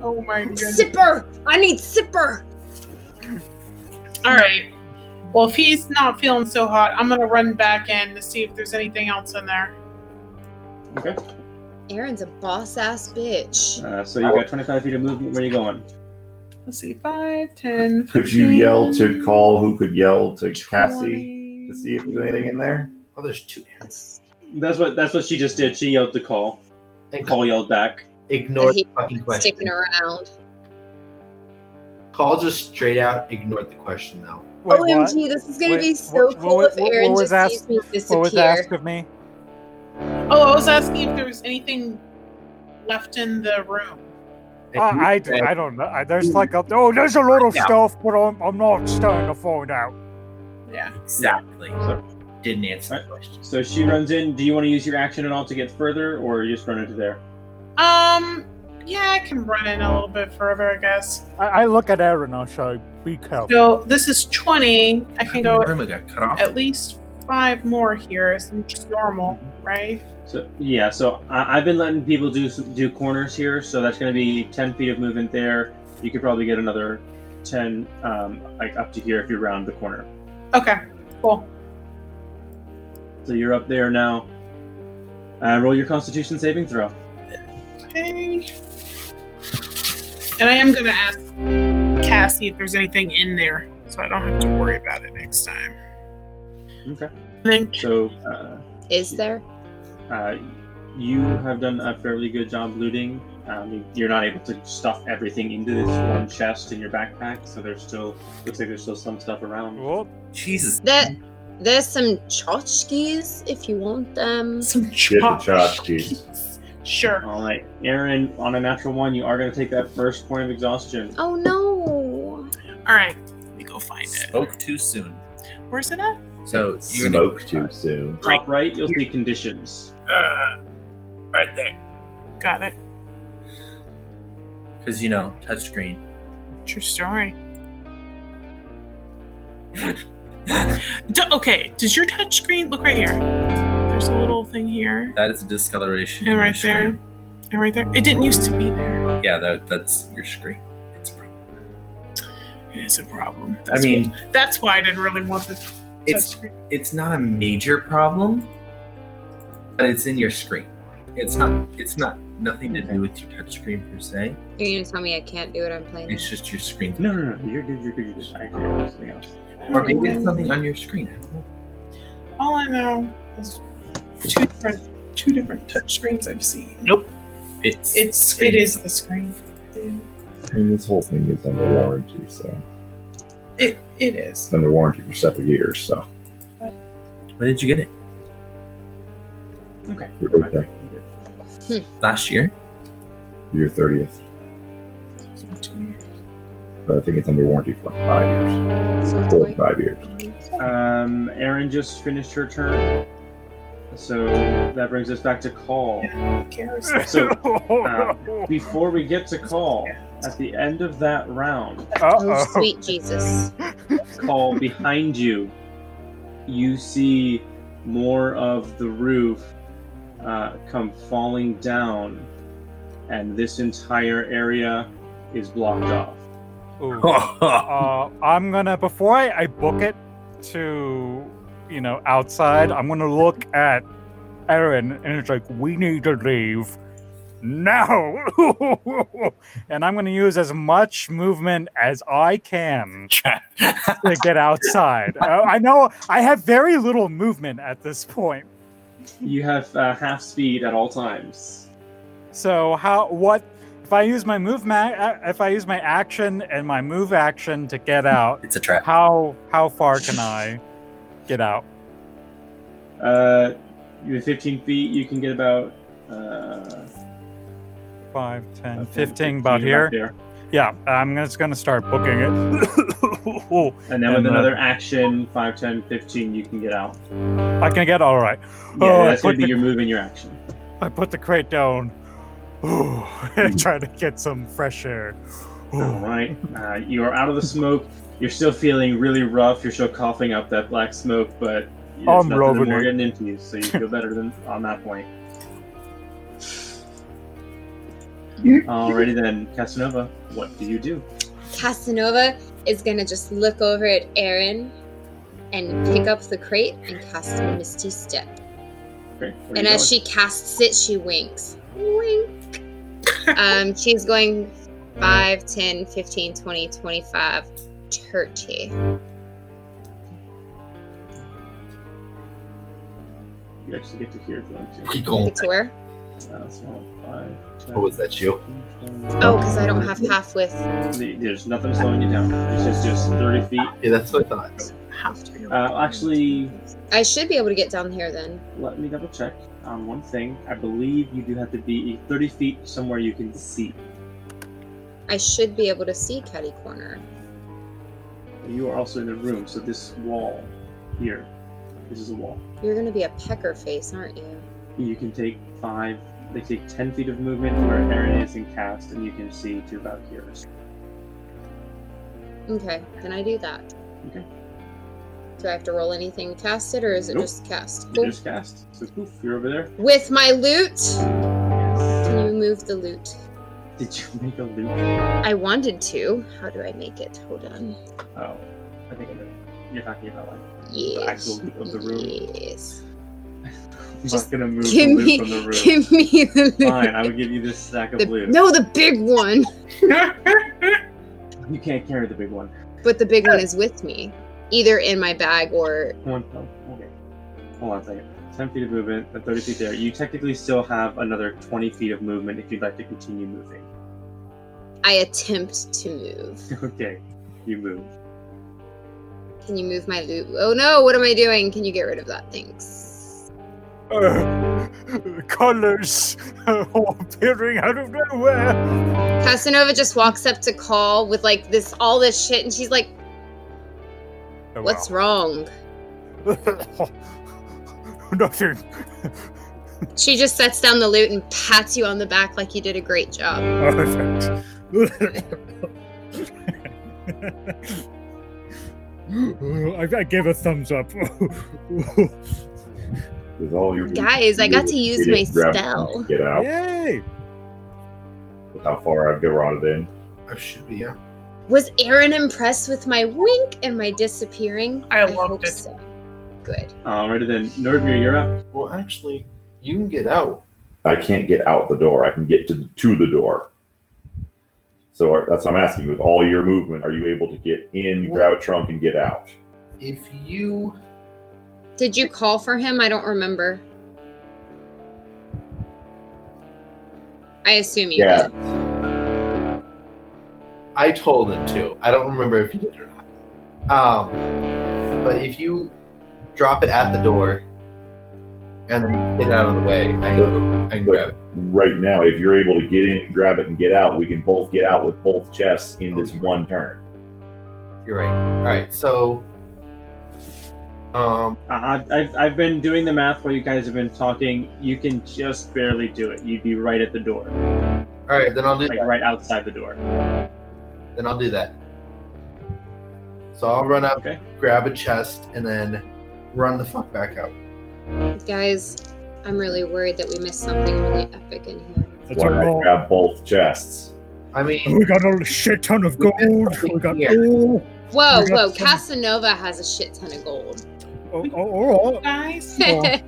Speaker 5: Oh my goodness.
Speaker 2: Sipper. I need Sipper.
Speaker 5: All right. Well, if he's not feeling so hot, I'm gonna run back in to see if there's anything else in there.
Speaker 3: Okay.
Speaker 2: Aaron's a boss ass bitch.
Speaker 3: Uh, so you've got 25 feet of movement. Where are you going?
Speaker 5: Let's see, five, ten.
Speaker 9: Could you
Speaker 5: 15,
Speaker 9: yell to call? Who could yell to
Speaker 5: 20.
Speaker 9: Cassie to see if there's anything in there?
Speaker 6: Oh, there's two hands.
Speaker 3: That's what that's what she just did. She yelled to call.
Speaker 6: And
Speaker 3: Call yelled back.
Speaker 6: Ignore
Speaker 2: He-
Speaker 6: the fucking question.
Speaker 2: Sticking around.
Speaker 6: Call just straight out ignored the question though.
Speaker 7: Wait,
Speaker 2: OMG,
Speaker 7: what?
Speaker 2: this is gonna
Speaker 7: Wait,
Speaker 2: be so
Speaker 7: what-
Speaker 2: cool
Speaker 7: what-
Speaker 2: if Aaron
Speaker 7: what was
Speaker 2: just
Speaker 7: asked-
Speaker 2: sees me disappear.
Speaker 7: What was asked of me?
Speaker 5: Oh, I was asking if there was anything left in the room.
Speaker 7: Uh, I, d- I don't know. I, there's like a, oh, there's a lot of
Speaker 8: Yeah.
Speaker 7: stuff, but I'm, I'm not staying to find out.
Speaker 5: Yeah.
Speaker 8: Exactly.
Speaker 3: So,
Speaker 8: Didn't answer the question.
Speaker 3: so she runs in. Do you want to use your action at all to get further, or you just run into there?
Speaker 5: Um. Yeah, I can run in a little bit further, I guess.
Speaker 7: I, I look at Aaron. I say, be
Speaker 8: Oh.
Speaker 7: careful.
Speaker 5: So this is twenty. I can go
Speaker 8: Remember got cut off.
Speaker 5: at least five more here. It's just normal, right?
Speaker 3: So yeah, so I, I've been letting people do some- do corners here, so that's going to be ten feet of movement there. You could probably get another ten, um, like up to here if you round the corner.
Speaker 5: Okay. Cool.
Speaker 3: So you're up there now. Uh, roll your Constitution saving throw.
Speaker 5: Okay. And I am gonna ask Cassie if there's anything in there, so I don't have to worry about it next time.
Speaker 3: Okay.
Speaker 5: And then
Speaker 3: So uh,
Speaker 2: Is there?
Speaker 3: uh, you have done a fairly good job looting. Um, you- you're not able to stuff everything into this one chest in your backpack, so there's still looks like there's still some stuff around.
Speaker 7: Well,
Speaker 8: Jesus.
Speaker 2: That there's some tchotchkes if you want them.
Speaker 5: some
Speaker 9: Get the
Speaker 5: chop.
Speaker 9: tchotchkes.
Speaker 5: Sure.
Speaker 3: All right, Aaron, on a natural one, you are going to take that first point of exhaustion.
Speaker 2: Oh no.
Speaker 5: All right. Let me go find it.
Speaker 8: Spoke too soon.
Speaker 5: Where's it at?
Speaker 8: So you're gonna-
Speaker 9: Smoke too soon.
Speaker 3: Top right, you'll see conditions.
Speaker 8: Uh, right there.
Speaker 5: Got it.
Speaker 8: Because you know, touchscreen.
Speaker 5: True story. D- okay. Does your touch screen look right here? There's a little thing here.
Speaker 8: That is a discoloration.
Speaker 5: And
Speaker 8: in
Speaker 5: right
Speaker 8: your
Speaker 5: there. And right there. It didn't used to be there.
Speaker 8: screen. Yeah, that, that's your screen. It's a problem.
Speaker 5: It is a problem.
Speaker 8: I
Speaker 5: That's
Speaker 8: mean,
Speaker 5: why- that's why I didn't really want the touch
Speaker 8: it's
Speaker 5: screen.
Speaker 8: it's not a major problem, but it's in your screen. It's not. It's not nothing to do with your touchscreen per se.
Speaker 2: You're gonna tell me I can't do what I'm playing.
Speaker 8: It's just your screen.
Speaker 3: No, no, no, you're good, you're good, you're good. I agree with something else.
Speaker 8: Or maybe it's something on your screen. I don't know.
Speaker 5: All I know is two different two different touch screens I've seen. Nope.
Speaker 8: It's
Speaker 5: It's it is the screen.
Speaker 9: And this whole thing is under warranty, so
Speaker 5: It it is.
Speaker 9: it's under warranty for several years, so
Speaker 8: When did you get it?
Speaker 3: Okay.
Speaker 9: you're okay.
Speaker 8: Last year.
Speaker 9: Your 30th. but I think it's under warranty for five years.
Speaker 2: So it's
Speaker 9: Four to
Speaker 2: like,
Speaker 9: five years.
Speaker 3: Um, Aaron just finished her turn, so that brings us back to call.
Speaker 5: Who cares?
Speaker 3: So before we get to call, at the end of that round,
Speaker 2: oh,
Speaker 7: Uh-oh.
Speaker 2: sweet Jesus.
Speaker 3: call behind you, you see more of the roof uh, come falling down, and this entire area is blocked off.
Speaker 7: Ooh. uh, I'm gonna before I, I book it to you know outside. I'm gonna look at Aaron and it's like we need to leave now, and I'm gonna use as much movement as I can to get outside. Uh, I know I have very little movement at this point.
Speaker 3: You have uh, half speed at all times.
Speaker 7: So how what if I use my move ma- if I use my action and my move action to get out?
Speaker 8: It's a trap.
Speaker 7: how how far can I get out?
Speaker 3: Uh, you have 15 feet. You can get about uh,
Speaker 7: 5, 10,
Speaker 3: 15,
Speaker 7: 15, about here. Yeah, I'm just going to start booking it.
Speaker 3: And then with
Speaker 7: And, uh,
Speaker 3: another action, 5, 10, 15, you can get out.
Speaker 7: I can get all right.
Speaker 3: Yeah,
Speaker 7: Oh,
Speaker 3: that's
Speaker 7: but
Speaker 3: going to be
Speaker 7: the-
Speaker 3: your move and your action.
Speaker 7: I put the crate down. Ooh, and try to get some fresh air.
Speaker 3: All right. Uh, you are out of the smoke. You're still feeling really rough. You're still coughing up that black smoke, but it's
Speaker 7: I'm
Speaker 3: nothing
Speaker 7: loving
Speaker 3: more
Speaker 7: it.
Speaker 3: getting into you, so you feel better than on that point. Alrighty then, Casanova, what do you do?
Speaker 2: Casanova is gonna just look over at Aaron and pick up the crate and cast a misty step.
Speaker 3: Okay, where
Speaker 2: And
Speaker 3: you
Speaker 2: as she casts it, she winks. Wink. um, she's going 5, 10, 15, 20, 25, 30.
Speaker 3: going? you actually get to hear it going too.
Speaker 8: Keep going.
Speaker 2: Get to where?
Speaker 3: Uh, so five,
Speaker 6: What was that, you?
Speaker 3: 10,
Speaker 2: Oh, because I don't have half with.
Speaker 3: There's nothing slowing you down. It's just, just 30 feet.
Speaker 6: Yeah, that's what I thought.
Speaker 3: Uh, actually,
Speaker 2: I should be able to get down here then.
Speaker 3: let me double check on one thing. I believe you do have to be 30 feet somewhere you can see.
Speaker 2: I should be able to see Cuddy Corner.
Speaker 3: You are also in the room, so this wall here, this is a wall.
Speaker 2: You're gonna be a pecker face, aren't you?
Speaker 3: You can take five, they take 10 feet of movement where Aaron is and cast, and you can see to about here.
Speaker 2: Okay, then I do that.
Speaker 3: Okay.
Speaker 2: Do I have to roll anything to cast it, or is it
Speaker 3: Nope.
Speaker 2: just cast?
Speaker 3: You
Speaker 2: Cool.
Speaker 3: just cast. So poof, you're over there.
Speaker 2: With my loot, can you move the loot?
Speaker 3: Did you make a loop?
Speaker 2: I wanted to. How do I make it? Hold on.
Speaker 3: Oh, I think I did. You're talking about like
Speaker 2: Yes.
Speaker 3: actual loot of the room.
Speaker 2: Yes.
Speaker 3: I'm
Speaker 2: Just
Speaker 3: not gonna move
Speaker 2: give
Speaker 3: the loop
Speaker 2: me-
Speaker 3: from the room.
Speaker 2: Give me the loot.
Speaker 3: Fine, I would give you this stack of
Speaker 2: The-
Speaker 3: loot.
Speaker 2: no, the big one.
Speaker 3: You can't carry the big one.
Speaker 2: But the big one is with me, either in my bag or
Speaker 3: One. Oh, okay. Hold on a second. 10 feet of movement, and 30 feet there. You technically still have another 20 feet of movement if you'd like to continue moving.
Speaker 2: I attempt to move.
Speaker 3: Okay, you move.
Speaker 2: Can you move my loot? Oh no! What am I doing? Can you get rid of that? Thanks.
Speaker 7: colors appearing out of nowhere.
Speaker 2: Casanova just walks up to call with like this all this shit, and she's like,
Speaker 7: Oh,
Speaker 2: "What's wrong?"
Speaker 7: wow. Nothing.
Speaker 2: She just sets down the loot and pats you on the back like you did a great job.
Speaker 7: Perfect. I, I gave a thumbs up.
Speaker 9: With all your
Speaker 2: Guys, I got to use my spell.
Speaker 9: Get out.
Speaker 7: Yay!
Speaker 9: With how far I've garroted in.
Speaker 6: I should be, yeah.
Speaker 2: Was Aaron impressed with my wink and my disappearing?
Speaker 5: I loved it.
Speaker 2: So. Good.
Speaker 3: Alrighty Uh, then, Nordmir, you're up.
Speaker 6: Well, actually, you can get out.
Speaker 9: I can't get out the door. I can get to the, to the door. So are, that's what I'm asking. With all your movement, are you able to get in, grab a trunk, and get out?
Speaker 6: If you.
Speaker 2: Did you call for him? I don't remember. I assume you
Speaker 9: Yeah.
Speaker 2: did.
Speaker 6: I told him to. I don't remember if you did or not. Um, but if you drop it at the door and then get out of the way. I can, I can grab it.
Speaker 9: Right now, if you're able to get in, grab it, and get out, we can both get out with both chests in this one turn.
Speaker 6: You're right. All right. So, um,
Speaker 3: Uh, I've, I've been doing the math while you guys have been talking. You can just barely do it. You'd be right at the door,
Speaker 6: all right. Then I'll do
Speaker 3: like right outside the door.
Speaker 6: then I'll do that. So I'll run up,
Speaker 3: Okay.
Speaker 6: grab a chest, and then run the fuck back out.
Speaker 2: Guys, I'm really worried that we missed something really epic in here.
Speaker 7: That's a
Speaker 9: Why not
Speaker 7: roll.
Speaker 9: grab both chests?
Speaker 6: I mean,
Speaker 7: We got a shit ton of
Speaker 6: We
Speaker 7: gold.
Speaker 6: got something
Speaker 7: We got
Speaker 6: here.
Speaker 7: oh,
Speaker 2: Whoa,
Speaker 7: We got
Speaker 2: whoa!
Speaker 7: some-
Speaker 2: Casanova has a shit ton of gold.
Speaker 7: oh, oh, oh, oh.
Speaker 5: Guys,
Speaker 7: Well,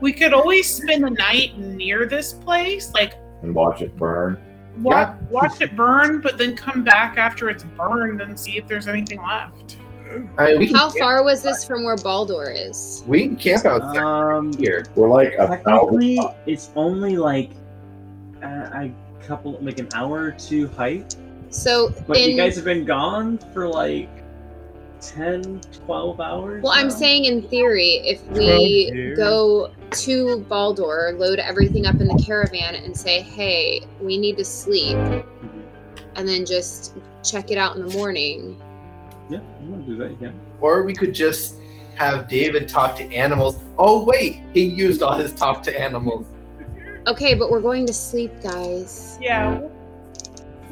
Speaker 5: we could always spend the night near this place, like
Speaker 9: And watch it burn.
Speaker 5: watch, watch it burn, but then come back after it's burned and see if there's anything left.
Speaker 6: I mean, we can
Speaker 2: How
Speaker 6: camp,
Speaker 2: far was this from where Baldur is?
Speaker 6: we can camp out there
Speaker 3: Um,
Speaker 6: here.
Speaker 9: We're like a thousand.
Speaker 3: technically, it's only like uh, a couple, like an hour or two height.
Speaker 2: So
Speaker 3: But
Speaker 2: in
Speaker 3: you guys have been gone for like 10, 12 hours.
Speaker 2: well, I'm
Speaker 3: now.
Speaker 2: saying in theory, if
Speaker 7: Twelve
Speaker 2: we
Speaker 7: years.
Speaker 2: go to Baldur, load everything up in the caravan, and say, "Hey, we need to sleep," and then just check it out in the morning.
Speaker 3: Yeah, I'm gonna do that again.
Speaker 6: Or we could just have David talk to animals. Oh, wait. He used all his talk to animals.
Speaker 2: Okay, but we're going to sleep, guys.
Speaker 5: Yeah. we'll-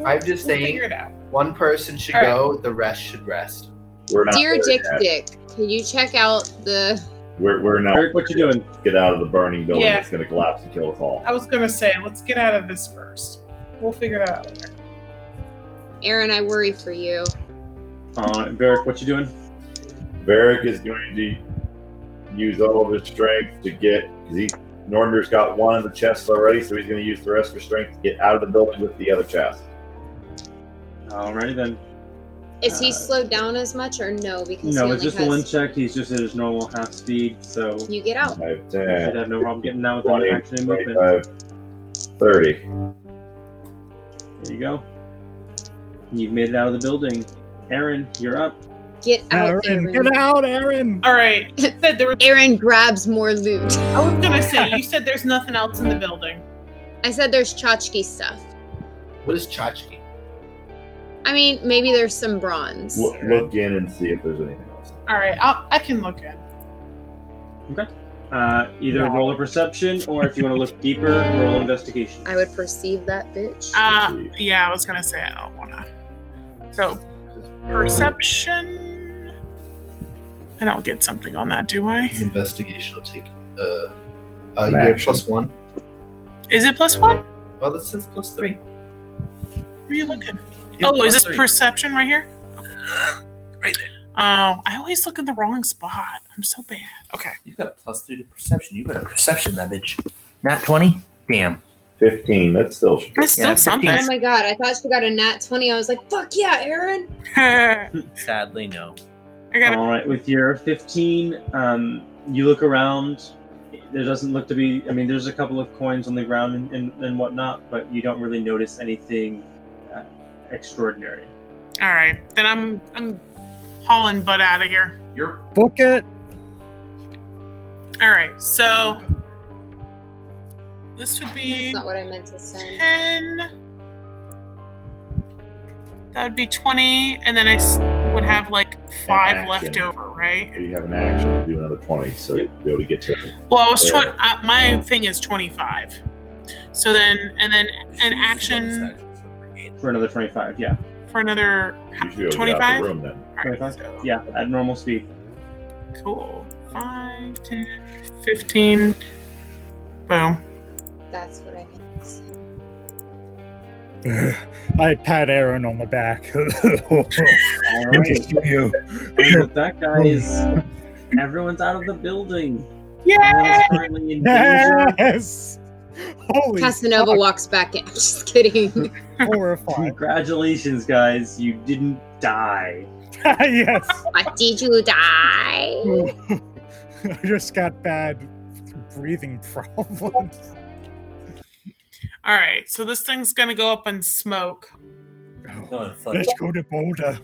Speaker 6: I'm just
Speaker 5: we'll
Speaker 6: saying-
Speaker 5: Figure it out.
Speaker 6: One person should
Speaker 5: All right.
Speaker 6: go, the rest should rest.
Speaker 9: We're not
Speaker 2: Dear
Speaker 9: there
Speaker 2: Dick
Speaker 9: yet.
Speaker 2: Dick, can you check out the?
Speaker 9: We're, we're not.
Speaker 3: Eric, what you doing?
Speaker 9: Get out of the burning building.
Speaker 5: Yeah.
Speaker 9: It's going to collapse and kill us all.
Speaker 5: I was gonna say, let's get out of this first. We'll figure that out later.
Speaker 2: Aaron, I worry for you.
Speaker 3: Uh, Eric, what you doing?
Speaker 9: Varric is going to use all of his strength to get because he Nordender's got one of the chests already, so he's going to use the rest of his strength to get out of the building with the other chest.
Speaker 3: Alrighty then.
Speaker 2: Is he
Speaker 3: Uh,
Speaker 2: slowed down as much or no? Because he
Speaker 3: no,
Speaker 2: only
Speaker 3: it's just
Speaker 2: has...
Speaker 3: the one check. He's just at his normal half speed, so you
Speaker 2: You get
Speaker 7: Oh.
Speaker 2: out.
Speaker 9: Five,
Speaker 3: should
Speaker 9: 10,
Speaker 3: have no problem getting out without
Speaker 9: 20,
Speaker 3: action and movement.
Speaker 9: 25, 30.
Speaker 3: There you go. You've made it out of the building. Aaron, you're up.
Speaker 2: Get out,
Speaker 7: Aaron, get out, Aaron.
Speaker 5: All right. You said there was,
Speaker 2: Aaron grabs more loot.
Speaker 5: I was gonna say, you said there's nothing else in the building.
Speaker 2: I said there's tchotchke stuff.
Speaker 6: What is Chachki?
Speaker 2: I mean, maybe there's some bronze.
Speaker 9: Look, look in and see if there's anything else.
Speaker 5: All right. I'll, I can look in.
Speaker 3: Uh, either
Speaker 7: No.
Speaker 3: roll a perception, or if you want to look deeper, roll an investigation.
Speaker 2: I would perceive that bitch.
Speaker 5: Uh, yeah, I was gonna say I don't wanna. So, perception. I don't get something on that, do I?
Speaker 6: Investigation will take. Uh, uh, you
Speaker 9: An
Speaker 6: get
Speaker 9: action.
Speaker 6: plus one.
Speaker 5: Is it plus one?
Speaker 6: Well, this says plus three.
Speaker 5: Where are you looking?
Speaker 6: Yeah,
Speaker 5: Oh, is
Speaker 6: plus
Speaker 5: this
Speaker 6: three. Uh,
Speaker 5: perception right here?
Speaker 8: Right there.
Speaker 5: Oh, I always look in the wrong spot. I'm so bad. Okay.
Speaker 8: You got a plus three to perception. You got a perception, that bitch. Not 20? Damn.
Speaker 9: 15. That's still.
Speaker 5: That's still
Speaker 8: Yeah,
Speaker 5: something.
Speaker 2: oh my god, I thought she got a nat 20. I was like, fuck yeah, Aaron.
Speaker 5: I
Speaker 8: Sadly, no.
Speaker 5: got
Speaker 3: All right, with your 15, um, you look around. There doesn't look to be. I mean, there's a couple of coins on the ground and, and, and whatnot, but you don't really notice anything uh, extraordinary.
Speaker 5: All right, then I'm I'm hauling butt out of here.
Speaker 8: You're
Speaker 7: Book it.
Speaker 5: All right, so this would be
Speaker 2: That's not what I meant to say.
Speaker 5: ten. That would be twenty, and then I s- would have like five
Speaker 9: action.
Speaker 5: left over, right?
Speaker 9: You have an action to do another 20, so you'll be able to get to it.
Speaker 5: Well, I was tw-
Speaker 9: Yeah.
Speaker 5: uh, my thing is twenty-five. So then, and then an action
Speaker 3: For another 25, yeah.
Speaker 5: for another
Speaker 9: You should be able to get out of
Speaker 5: 25?
Speaker 9: the room then.
Speaker 5: All right,
Speaker 3: 25?
Speaker 5: so-
Speaker 3: Yeah, at normal speed.
Speaker 5: Cool. 5, 10, 15. Boom.
Speaker 2: That's what I meant to say.
Speaker 7: I pat Aaron on the back.
Speaker 3: All
Speaker 7: I'm
Speaker 3: right.
Speaker 7: just you.
Speaker 3: and with that, guys, everyone's out of the building.
Speaker 5: Yeah!
Speaker 3: Everyone's currently in danger.
Speaker 7: Yes. Holy
Speaker 2: Casanova walks back in. I'm just kidding.
Speaker 7: fuck, horrifying.
Speaker 3: Congratulations, guys. You didn't die.
Speaker 7: yes.
Speaker 2: Why did you die?
Speaker 7: I just got bad breathing problems.
Speaker 5: All right, so this thing's going to go up in smoke.
Speaker 8: No, it's like,
Speaker 7: Let's go to Boulder.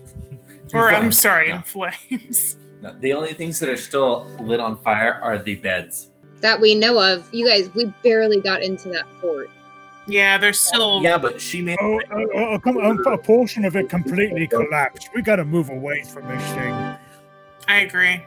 Speaker 5: Or,
Speaker 8: Yeah.
Speaker 5: I'm sorry, in
Speaker 8: Yeah.
Speaker 5: flames.
Speaker 8: no, the only things that are still lit on fire are the beds.
Speaker 2: that we know of. You guys, we barely got into that fort.
Speaker 5: Yeah, there's still.
Speaker 8: Yeah, but she made.
Speaker 7: Oh, oh, oh, oh, come on, a portion of it completely collapsed. We got to move away from this thing.
Speaker 5: I agree.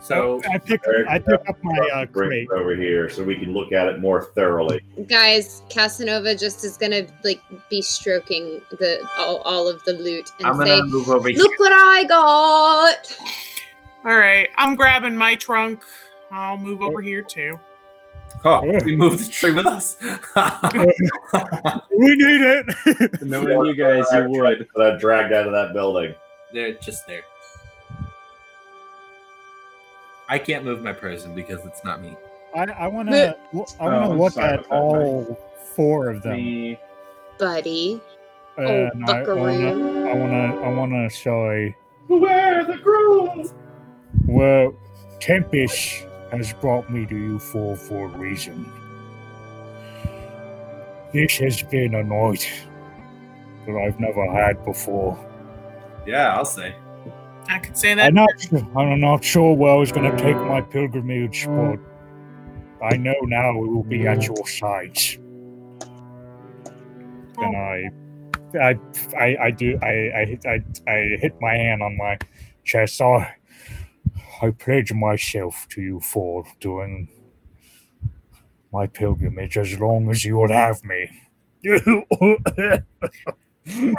Speaker 8: So
Speaker 7: I picked, I picked up my uh, crate.
Speaker 9: Bring it over here so we can look at it more thoroughly.
Speaker 2: Guys, Casanova just is gonna like be stroking the all, all of the loot and
Speaker 8: I'm
Speaker 2: say,
Speaker 8: gonna move over here.
Speaker 2: "Look what I got!"
Speaker 5: All right, I'm grabbing my trunk. I'll move over here too.
Speaker 8: Oh, we moved the tree with us.
Speaker 7: We need it.
Speaker 3: Knowing you guys, you would.
Speaker 9: That I dragged out of that building.
Speaker 8: They're just there. I can't move my person because it's not me.
Speaker 7: I, I want to. I want to
Speaker 3: Oh, I'm
Speaker 7: look
Speaker 3: sorry
Speaker 7: at
Speaker 3: about that,
Speaker 7: all four of them. Uh,
Speaker 3: The
Speaker 2: Buddy, oh
Speaker 7: and I want
Speaker 2: buckaroo,
Speaker 7: to. I want to. I want to show
Speaker 9: Beware the groove!
Speaker 7: where Tempest has brought me to you for for a reason. This has been a night that I've never had before.
Speaker 8: Yeah, I'll say.
Speaker 5: I could say that.
Speaker 7: I'm not, I'm not sure where I was going to take my pilgrimage, but I know now it will be at your side. And
Speaker 5: Oh,
Speaker 3: Oh.
Speaker 7: I, I, I, I do. I, I, hit- I, I hit my hand on my chest. I, I pledge myself to you for doing my pilgrimage as long as you will have me.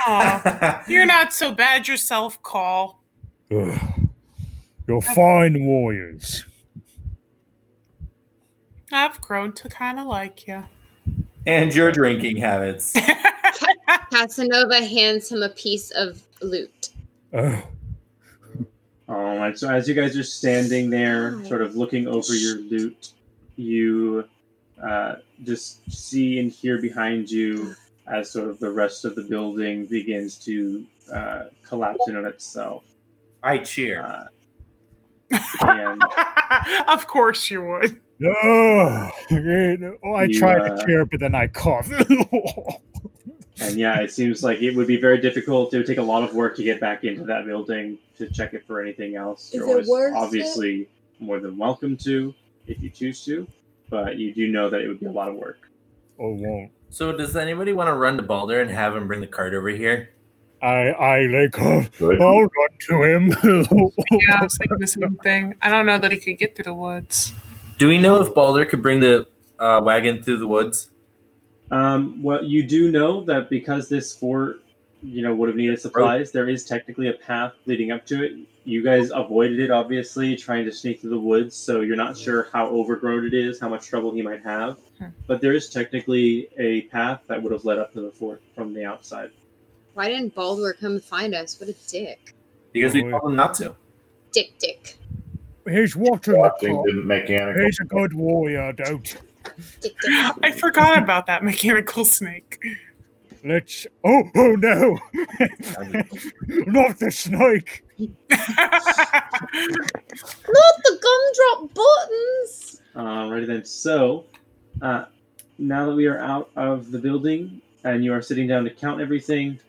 Speaker 5: Aw, you're not so bad yourself, Call.
Speaker 7: You're fine warriors.
Speaker 5: I've grown to kind of like you.
Speaker 8: and your drinking habits.
Speaker 2: Casanova hands him a piece of loot.
Speaker 7: Uh,
Speaker 3: All right. Um, So as you guys are standing there, sort of looking over your loot, you uh, just see and hear behind you as sort of the rest of the building begins to uh, collapse in on itself.
Speaker 8: I cheer.
Speaker 3: Uh, and
Speaker 5: of course you would.
Speaker 7: oh, man. Oh, I
Speaker 3: You,
Speaker 7: tried
Speaker 3: uh,
Speaker 7: to cheer, but then I cough.
Speaker 3: and yeah, it seems like it would be very difficult. It would take a lot of work to get back into that building to check it for anything else.
Speaker 2: Is it worth it?
Speaker 3: obviously more than welcome to if you choose to, but you do know that it would be a lot of work.
Speaker 7: or won't.
Speaker 8: So, does anybody want to run to Balder and have him bring the cart over here?
Speaker 7: I, I like, oh,
Speaker 9: Good.
Speaker 7: I'll run to him.
Speaker 5: Yeah, I was thinking the same thing. I don't know that he could get through the woods.
Speaker 8: Do we know if Balder could bring the uh, wagon through the woods?
Speaker 3: Um, well, you do know that because this fort, you know, would have needed supplies, there is technically a path leading up to it. You guys avoided it, obviously, trying to sneak through the woods, so you're not sure how overgrown it is, how much trouble he might have.
Speaker 5: Hmm.
Speaker 3: But there is technically a path that would have led up to the fort from the outside.
Speaker 2: Why didn't Baldur come find us? What a dick,
Speaker 8: Because we told him not to.
Speaker 2: dick, dick,
Speaker 7: He's watching the
Speaker 9: Watching
Speaker 7: clock.
Speaker 9: didn't mechanical.
Speaker 7: He's a good warrior, don't.
Speaker 2: dick, dick.
Speaker 5: I forgot about that mechanical snake.
Speaker 7: Let's. Oh, oh no! Not the snake!
Speaker 2: Not the gumdrop buttons.
Speaker 3: Alrighty Uh, then. So, uh, now that we are out of the building and you are sitting down to count everything,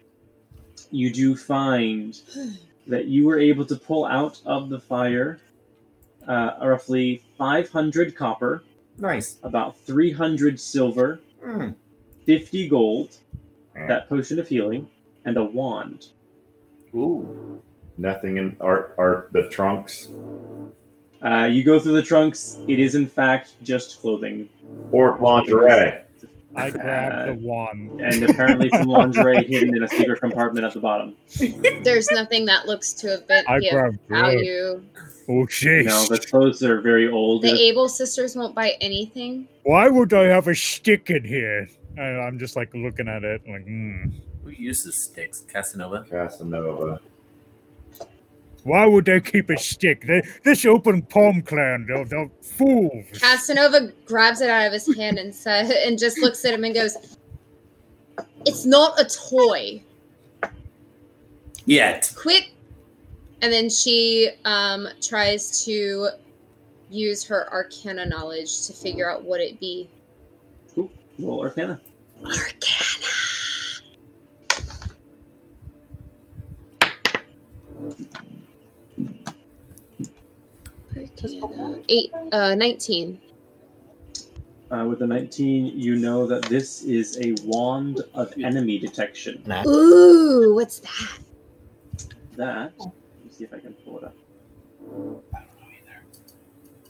Speaker 3: you do find that you were able to pull out of the fire uh, roughly 500 copper,
Speaker 8: Nice.
Speaker 3: about 300 silver,
Speaker 8: Mm.
Speaker 3: 50 gold, that potion of healing, and a wand.
Speaker 8: Ooh.
Speaker 9: Nothing in art, art, the trunks
Speaker 3: Uh, you go through the trunks. It is, in fact, just clothing
Speaker 9: or lingerie.
Speaker 7: I grabbed the wand.
Speaker 3: and apparently some lingerie hidden in a secret compartment at the bottom.
Speaker 2: There's nothing that looks to have been
Speaker 7: I
Speaker 2: yeah,
Speaker 7: grabbed it.
Speaker 2: value.
Speaker 7: Oh,
Speaker 3: You know, the
Speaker 7: jeez.
Speaker 3: clothes that are very old.
Speaker 2: The Abel sisters won't buy anything.
Speaker 7: Why would I have a stick in here? And I'm just like looking at it, like, hmm.
Speaker 8: Who uses sticks? Casanova?
Speaker 9: Casanova.
Speaker 7: Why would they keep a stick? They, this open palm clan, they're, they're fools.
Speaker 2: Casanova grabs it out of his hand and says, and just looks at him and goes, "It's not a toy.
Speaker 8: Yet.
Speaker 2: Quit." And then she um, tries to use her Arcana knowledge to figure out what it be.
Speaker 3: Well, Arcana.
Speaker 2: Arcana. Arcana. Eight, uh, 19.
Speaker 3: Uh, with the 19, you know that this is a wand of enemy detection.
Speaker 2: Ooh, what's that?
Speaker 3: That. Let me see if I can pull it up.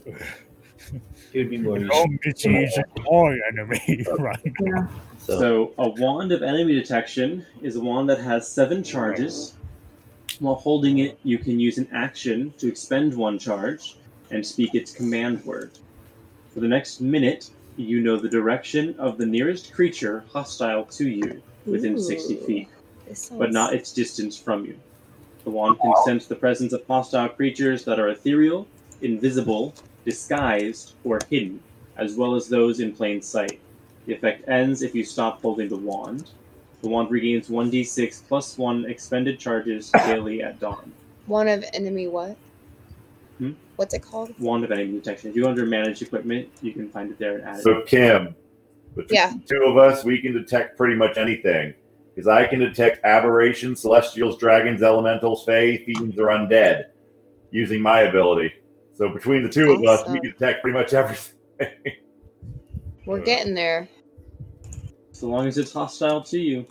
Speaker 6: It would be more
Speaker 10: Oh, it is my enemy right now.
Speaker 3: So, a wand of enemy detection is a wand that has seven charges. While holding it, you can use an action to expend one charge and speak its command word. For the next minute, you know the direction of the nearest creature hostile to you within 60
Speaker 2: Ooh.
Speaker 3: feet,
Speaker 2: This
Speaker 3: but
Speaker 2: sounds-
Speaker 3: not its distance from you. The wand can sense the presence of hostile creatures that are ethereal, invisible, disguised, or hidden, as well as those in plain sight. The effect ends if you stop holding the wand. The wand regains 1d6 plus 1 expended charges daily at dawn.
Speaker 2: one of enemy what?
Speaker 3: Hmm?
Speaker 2: What's it called?
Speaker 3: Wand of enemy detection. If you go under manage equipment, you can find it there and add it.
Speaker 9: So Kim, between
Speaker 2: Yeah.
Speaker 9: the two of us, we can detect pretty much anything. Because I can detect aberrations, celestials, dragons, elementals, fae, fiends, or undead using my ability. So between the two of us, we
Speaker 2: Awesome.
Speaker 9: can detect pretty much everything.
Speaker 2: We're getting there.
Speaker 3: So long as it's hostile to you.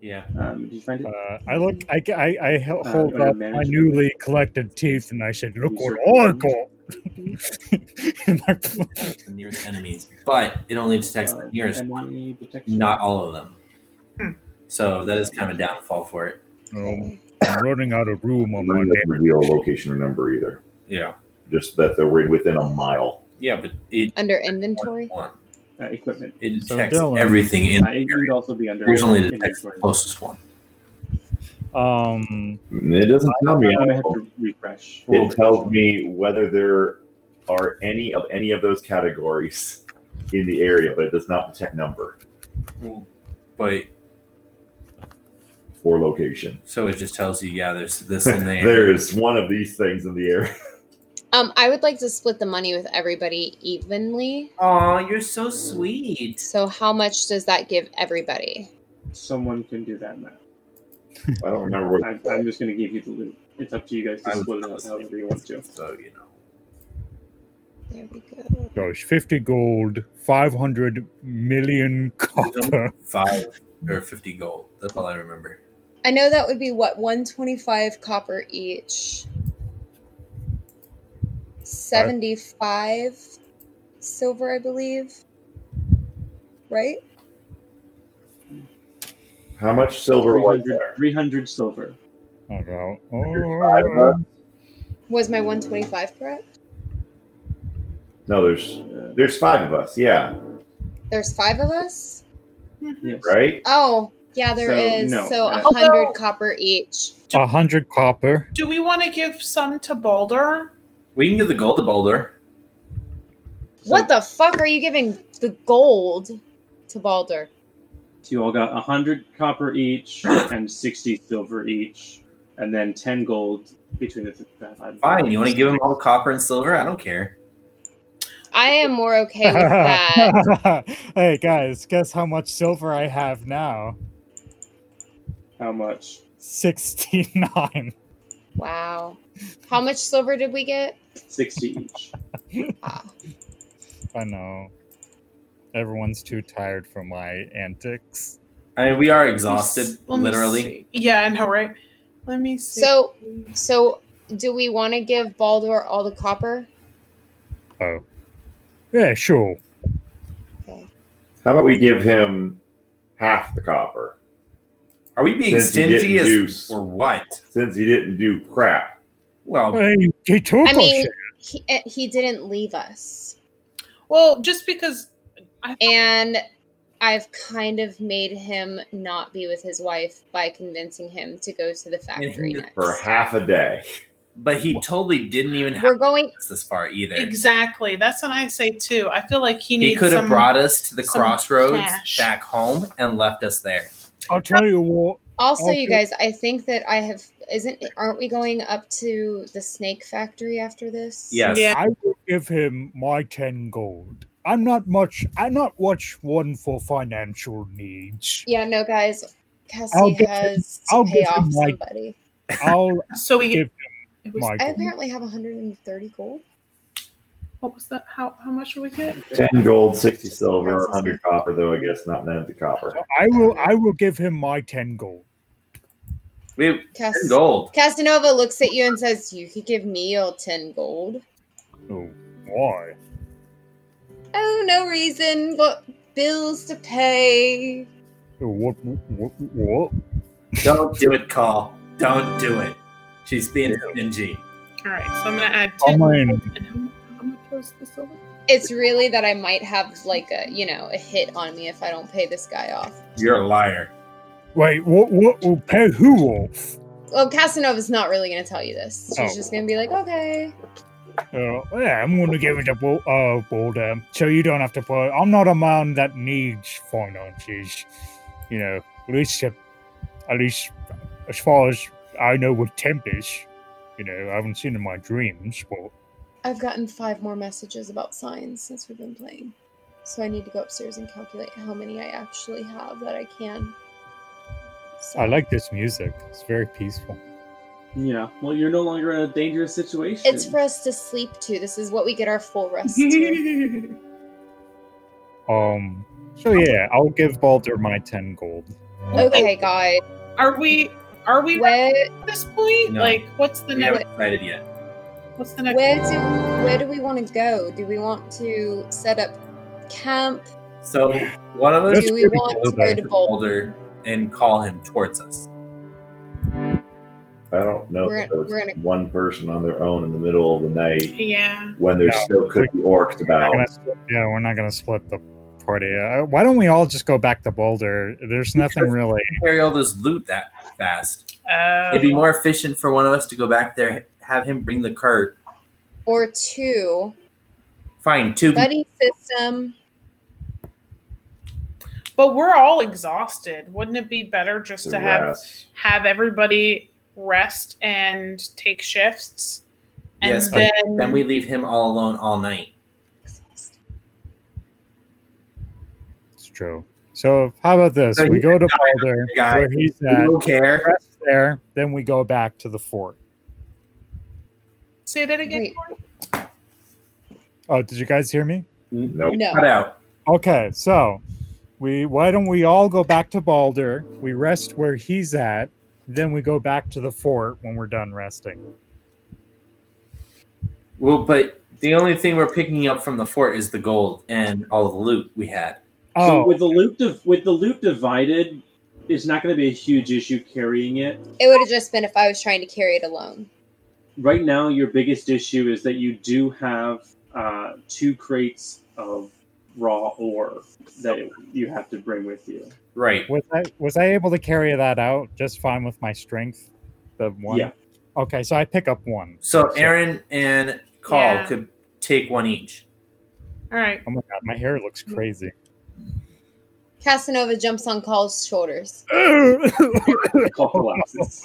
Speaker 8: Yeah.
Speaker 3: Um, did you find it?
Speaker 10: Uh, I look. I I, I hel-
Speaker 3: Uh,
Speaker 10: hold
Speaker 3: under
Speaker 10: up my
Speaker 3: management.
Speaker 10: newly collected teeth, and I said, "Look what I
Speaker 3: User
Speaker 10: got." And I-
Speaker 8: The nearest enemies, but it only detects
Speaker 6: Uh,
Speaker 8: the nearest one,
Speaker 3: uh, enemy detection.
Speaker 8: not all of them. So that is kind of a downfall for it.
Speaker 10: um, I'm running out of room on my
Speaker 9: It doesn't
Speaker 10: desk.
Speaker 9: reveal location or number either.
Speaker 8: Yeah.
Speaker 9: Just that they're within a mile.
Speaker 8: Yeah, but it
Speaker 2: Under inventory?
Speaker 8: one.
Speaker 3: Uh, equipment.
Speaker 8: It
Speaker 10: So
Speaker 8: detects
Speaker 10: Dylan-
Speaker 8: everything in
Speaker 3: Uh, it would also be under
Speaker 8: Yours only detects the
Speaker 3: inventory.
Speaker 8: closest one.
Speaker 10: Um,
Speaker 9: It doesn't tell me.
Speaker 3: I'm gonna have to refresh.
Speaker 9: It tells me whether there are any of any of those categories in the area, but it does not detect number
Speaker 8: But
Speaker 9: or location.
Speaker 8: so it just tells you, yeah, there's this and there.
Speaker 9: there is one of these things in the area.
Speaker 2: Um, I would like to split the money with everybody evenly.
Speaker 8: Aw, you're so sweet.
Speaker 2: So how much does that give everybody?
Speaker 3: Someone can do that now.
Speaker 9: I don't remember what.
Speaker 3: I'm, I'm just gonna give you the loot. It's up to you guys
Speaker 8: I
Speaker 3: to
Speaker 8: was-
Speaker 3: split it up however you want to.
Speaker 8: So you know.
Speaker 2: There we go.
Speaker 10: gosh, fifty gold, five hundred million copper.
Speaker 8: Five or fifty gold. That's all I remember.
Speaker 2: I know that would be what 125 copper each. 75 silver, I believe. Right?
Speaker 9: How much silver was
Speaker 3: 300,
Speaker 9: there?
Speaker 3: 300 silver.
Speaker 10: I go,
Speaker 9: Five
Speaker 10: "Oh,
Speaker 9: bucks?
Speaker 2: Was my 125 correct?
Speaker 9: No, there's there's five of us. Yeah,
Speaker 2: There's five of us?
Speaker 3: Yes.
Speaker 9: right.
Speaker 2: Oh, yeah, there
Speaker 3: So,
Speaker 2: is.
Speaker 3: no,
Speaker 2: So a
Speaker 3: uh,
Speaker 2: 100
Speaker 5: Although-
Speaker 2: copper each.
Speaker 10: A hundred copper.
Speaker 5: Do we want to give some to Balder?
Speaker 8: We can do the gold to Boulder.
Speaker 2: What the fuck are you giving the gold to Balder?
Speaker 3: So you all got 100 copper each and 60 silver each, and then 10 gold between the th- the five.
Speaker 8: Fine. You want to give him all the copper and silver? I don't care.
Speaker 2: I am more okay with that.
Speaker 10: hey guys, guess how much silver I have now?
Speaker 3: How much?
Speaker 10: Sixty-nine.
Speaker 2: Wow. How much silver did we get?
Speaker 3: 60 each.
Speaker 2: Ah,
Speaker 10: I know. Everyone's too tired for my antics.
Speaker 8: I mean, we are exhausted,
Speaker 5: Let me
Speaker 8: literally.
Speaker 5: see. Yeah, I know, right? Let me see.
Speaker 2: So, so do we want to give Baldur all the copper?
Speaker 10: Oh. Yeah, sure.
Speaker 9: How about we give him half the copper
Speaker 8: Are we being
Speaker 9: Since you get
Speaker 8: stingy as
Speaker 9: juice.
Speaker 8: or what?
Speaker 9: since he didn't do crap?
Speaker 8: Well,
Speaker 10: Hey, he took
Speaker 2: I
Speaker 10: us.
Speaker 2: mean, he, eh, he didn't leave us,
Speaker 5: well, just because I
Speaker 2: and I've kind of made him not be with his wife by convincing him to go to the factory
Speaker 8: Mhm.
Speaker 2: next.
Speaker 9: For half a day.
Speaker 8: but he totally didn't even have
Speaker 2: We're going.
Speaker 8: us this far either.
Speaker 5: exactly that's what I say too. I feel like he needs.
Speaker 8: He could have
Speaker 5: some-
Speaker 8: brought us to the
Speaker 5: some
Speaker 8: crossroads
Speaker 5: cash.
Speaker 8: back home and left us there.
Speaker 10: I'll tell you what.
Speaker 2: Also,
Speaker 10: Okay.
Speaker 2: you guys, I think that I have. Isn't? Aren't we going up to the snake factory after this?
Speaker 8: Yes.
Speaker 5: Yeah.
Speaker 10: I will give him my ten gold. I'm not much. I'm not much one for financial needs.
Speaker 2: Yeah. No, guys.
Speaker 10: I'll
Speaker 2: Cassie
Speaker 10: give him-
Speaker 2: has to
Speaker 10: I'll
Speaker 2: pay
Speaker 10: give him
Speaker 2: off
Speaker 10: my-
Speaker 2: somebody.
Speaker 10: I'll
Speaker 5: So we.
Speaker 10: give
Speaker 5: it was-
Speaker 10: my
Speaker 2: I
Speaker 10: gold.
Speaker 2: apparently have 130 gold.
Speaker 5: What was that? How how much did we get?
Speaker 9: 10 gold, 60 silver, 100 copper, though I guess not none of the copper.
Speaker 11: I will. I will give him my ten gold.
Speaker 8: We have
Speaker 2: Cas-
Speaker 8: ten gold.
Speaker 2: Casanova looks at you and says, "You could give me your ten gold."
Speaker 11: Oh, why?
Speaker 2: Oh, no reason, but bills to pay.
Speaker 10: Oh,
Speaker 11: What? What? What?
Speaker 8: Don't do it, Carl. Don't do it. She's being stingy.
Speaker 5: All right, so I'm gonna add
Speaker 11: I
Speaker 5: ten.
Speaker 11: mean,
Speaker 5: And how, mu- how much was the silver?
Speaker 2: It's really that I might have like a you know a hit on me if I don't pay this guy off.
Speaker 8: You're a liar.
Speaker 11: wait. What? What
Speaker 10: oh,
Speaker 11: will pay who off?
Speaker 2: Well, Casanova's not really gonna tell you this. She's
Speaker 11: Oh.
Speaker 2: just gonna be like, "Okay."
Speaker 11: Uh, yeah, I'm gonna give it to Bo- uh, Boulder, so you don't have to pay. I'm not a man that needs finances. You know, at least, uh, at least, as far as I know, with Tempest, you know, I haven't seen in my dreams, but
Speaker 2: I've gotten five more messages about signs since we've been playing. So I need to go upstairs and calculate how many I actually have that I can.
Speaker 7: I like this music. It's very peaceful.
Speaker 3: Yeah. Well, you're no longer in a dangerous situation.
Speaker 2: It's for us to sleep to. This is what we get our full rest to.
Speaker 7: Um. So yeah, I'll give Balder my ten gold.
Speaker 2: okay, guys.
Speaker 5: Are we are we
Speaker 2: Where
Speaker 5: at this point?
Speaker 8: No.
Speaker 5: Like, what's the
Speaker 8: We haven't
Speaker 5: next?
Speaker 8: decided yet.
Speaker 5: What's the next?
Speaker 2: where do where do we want to go? Do we want to set up camp?
Speaker 8: So one of us
Speaker 2: Do we want to go to Boulder?
Speaker 8: Boulder and call him towards us.
Speaker 9: I don't know
Speaker 2: We're-
Speaker 9: if there was
Speaker 2: we're gonna-
Speaker 9: one person on their own in the middle of the night
Speaker 5: Yeah.
Speaker 9: when there
Speaker 7: No.
Speaker 9: still could be orcs
Speaker 7: We're not
Speaker 9: about.
Speaker 7: gonna split- yeah, we're not gonna split the party. Uh, why don't we all just go back to Boulder? There's nothing really.
Speaker 8: Carry all this loot that fast.
Speaker 5: Uh,
Speaker 8: It'd be more efficient for one of us to go back there, have him bring the cart.
Speaker 2: Or two.
Speaker 8: Fine, two.
Speaker 2: Buddy system.
Speaker 5: but we're all exhausted. Wouldn't it be better just
Speaker 9: to
Speaker 5: to have
Speaker 9: rest.
Speaker 5: have everybody rest and take shifts? And
Speaker 8: Yes, but
Speaker 5: then,
Speaker 8: Then we leave him all alone all night.
Speaker 7: It's true. So how about this?
Speaker 8: So
Speaker 7: We
Speaker 8: you
Speaker 7: go to
Speaker 8: guys-
Speaker 7: Boulder
Speaker 8: guys-
Speaker 7: where he's
Speaker 8: We
Speaker 7: at.
Speaker 8: don't care.
Speaker 7: Rest there, then we go back to the fort.
Speaker 5: say that again.
Speaker 2: Wait.
Speaker 5: Lauren?
Speaker 7: Oh, did you guys hear me?
Speaker 9: Nope.
Speaker 2: No.
Speaker 8: Cut out.
Speaker 7: Okay, so we why don't we all go back to Balder? We rest where he's at, then we go back to the fort when we're done resting.
Speaker 8: Well, but the only thing we're picking up from the fort is the gold and all the loot we had.
Speaker 3: So
Speaker 7: Oh,
Speaker 3: with the loop div- with the loop divided, it's not going to be a huge issue carrying it.
Speaker 2: It would have just been if I was trying to carry it alone.
Speaker 3: Right now, your biggest issue is that you do have uh, two crates of raw ore that you have to bring with you.
Speaker 8: Right.
Speaker 7: was I was I able to carry that out just fine with my strength? The one.
Speaker 3: Yeah.
Speaker 7: Okay, so I pick up one.
Speaker 8: So Aaron and Carl
Speaker 5: Yeah.
Speaker 8: could take one each.
Speaker 5: All right.
Speaker 7: Oh my god, my hair looks crazy.
Speaker 2: Casanova jumps on Call's shoulders.
Speaker 3: Call collapses.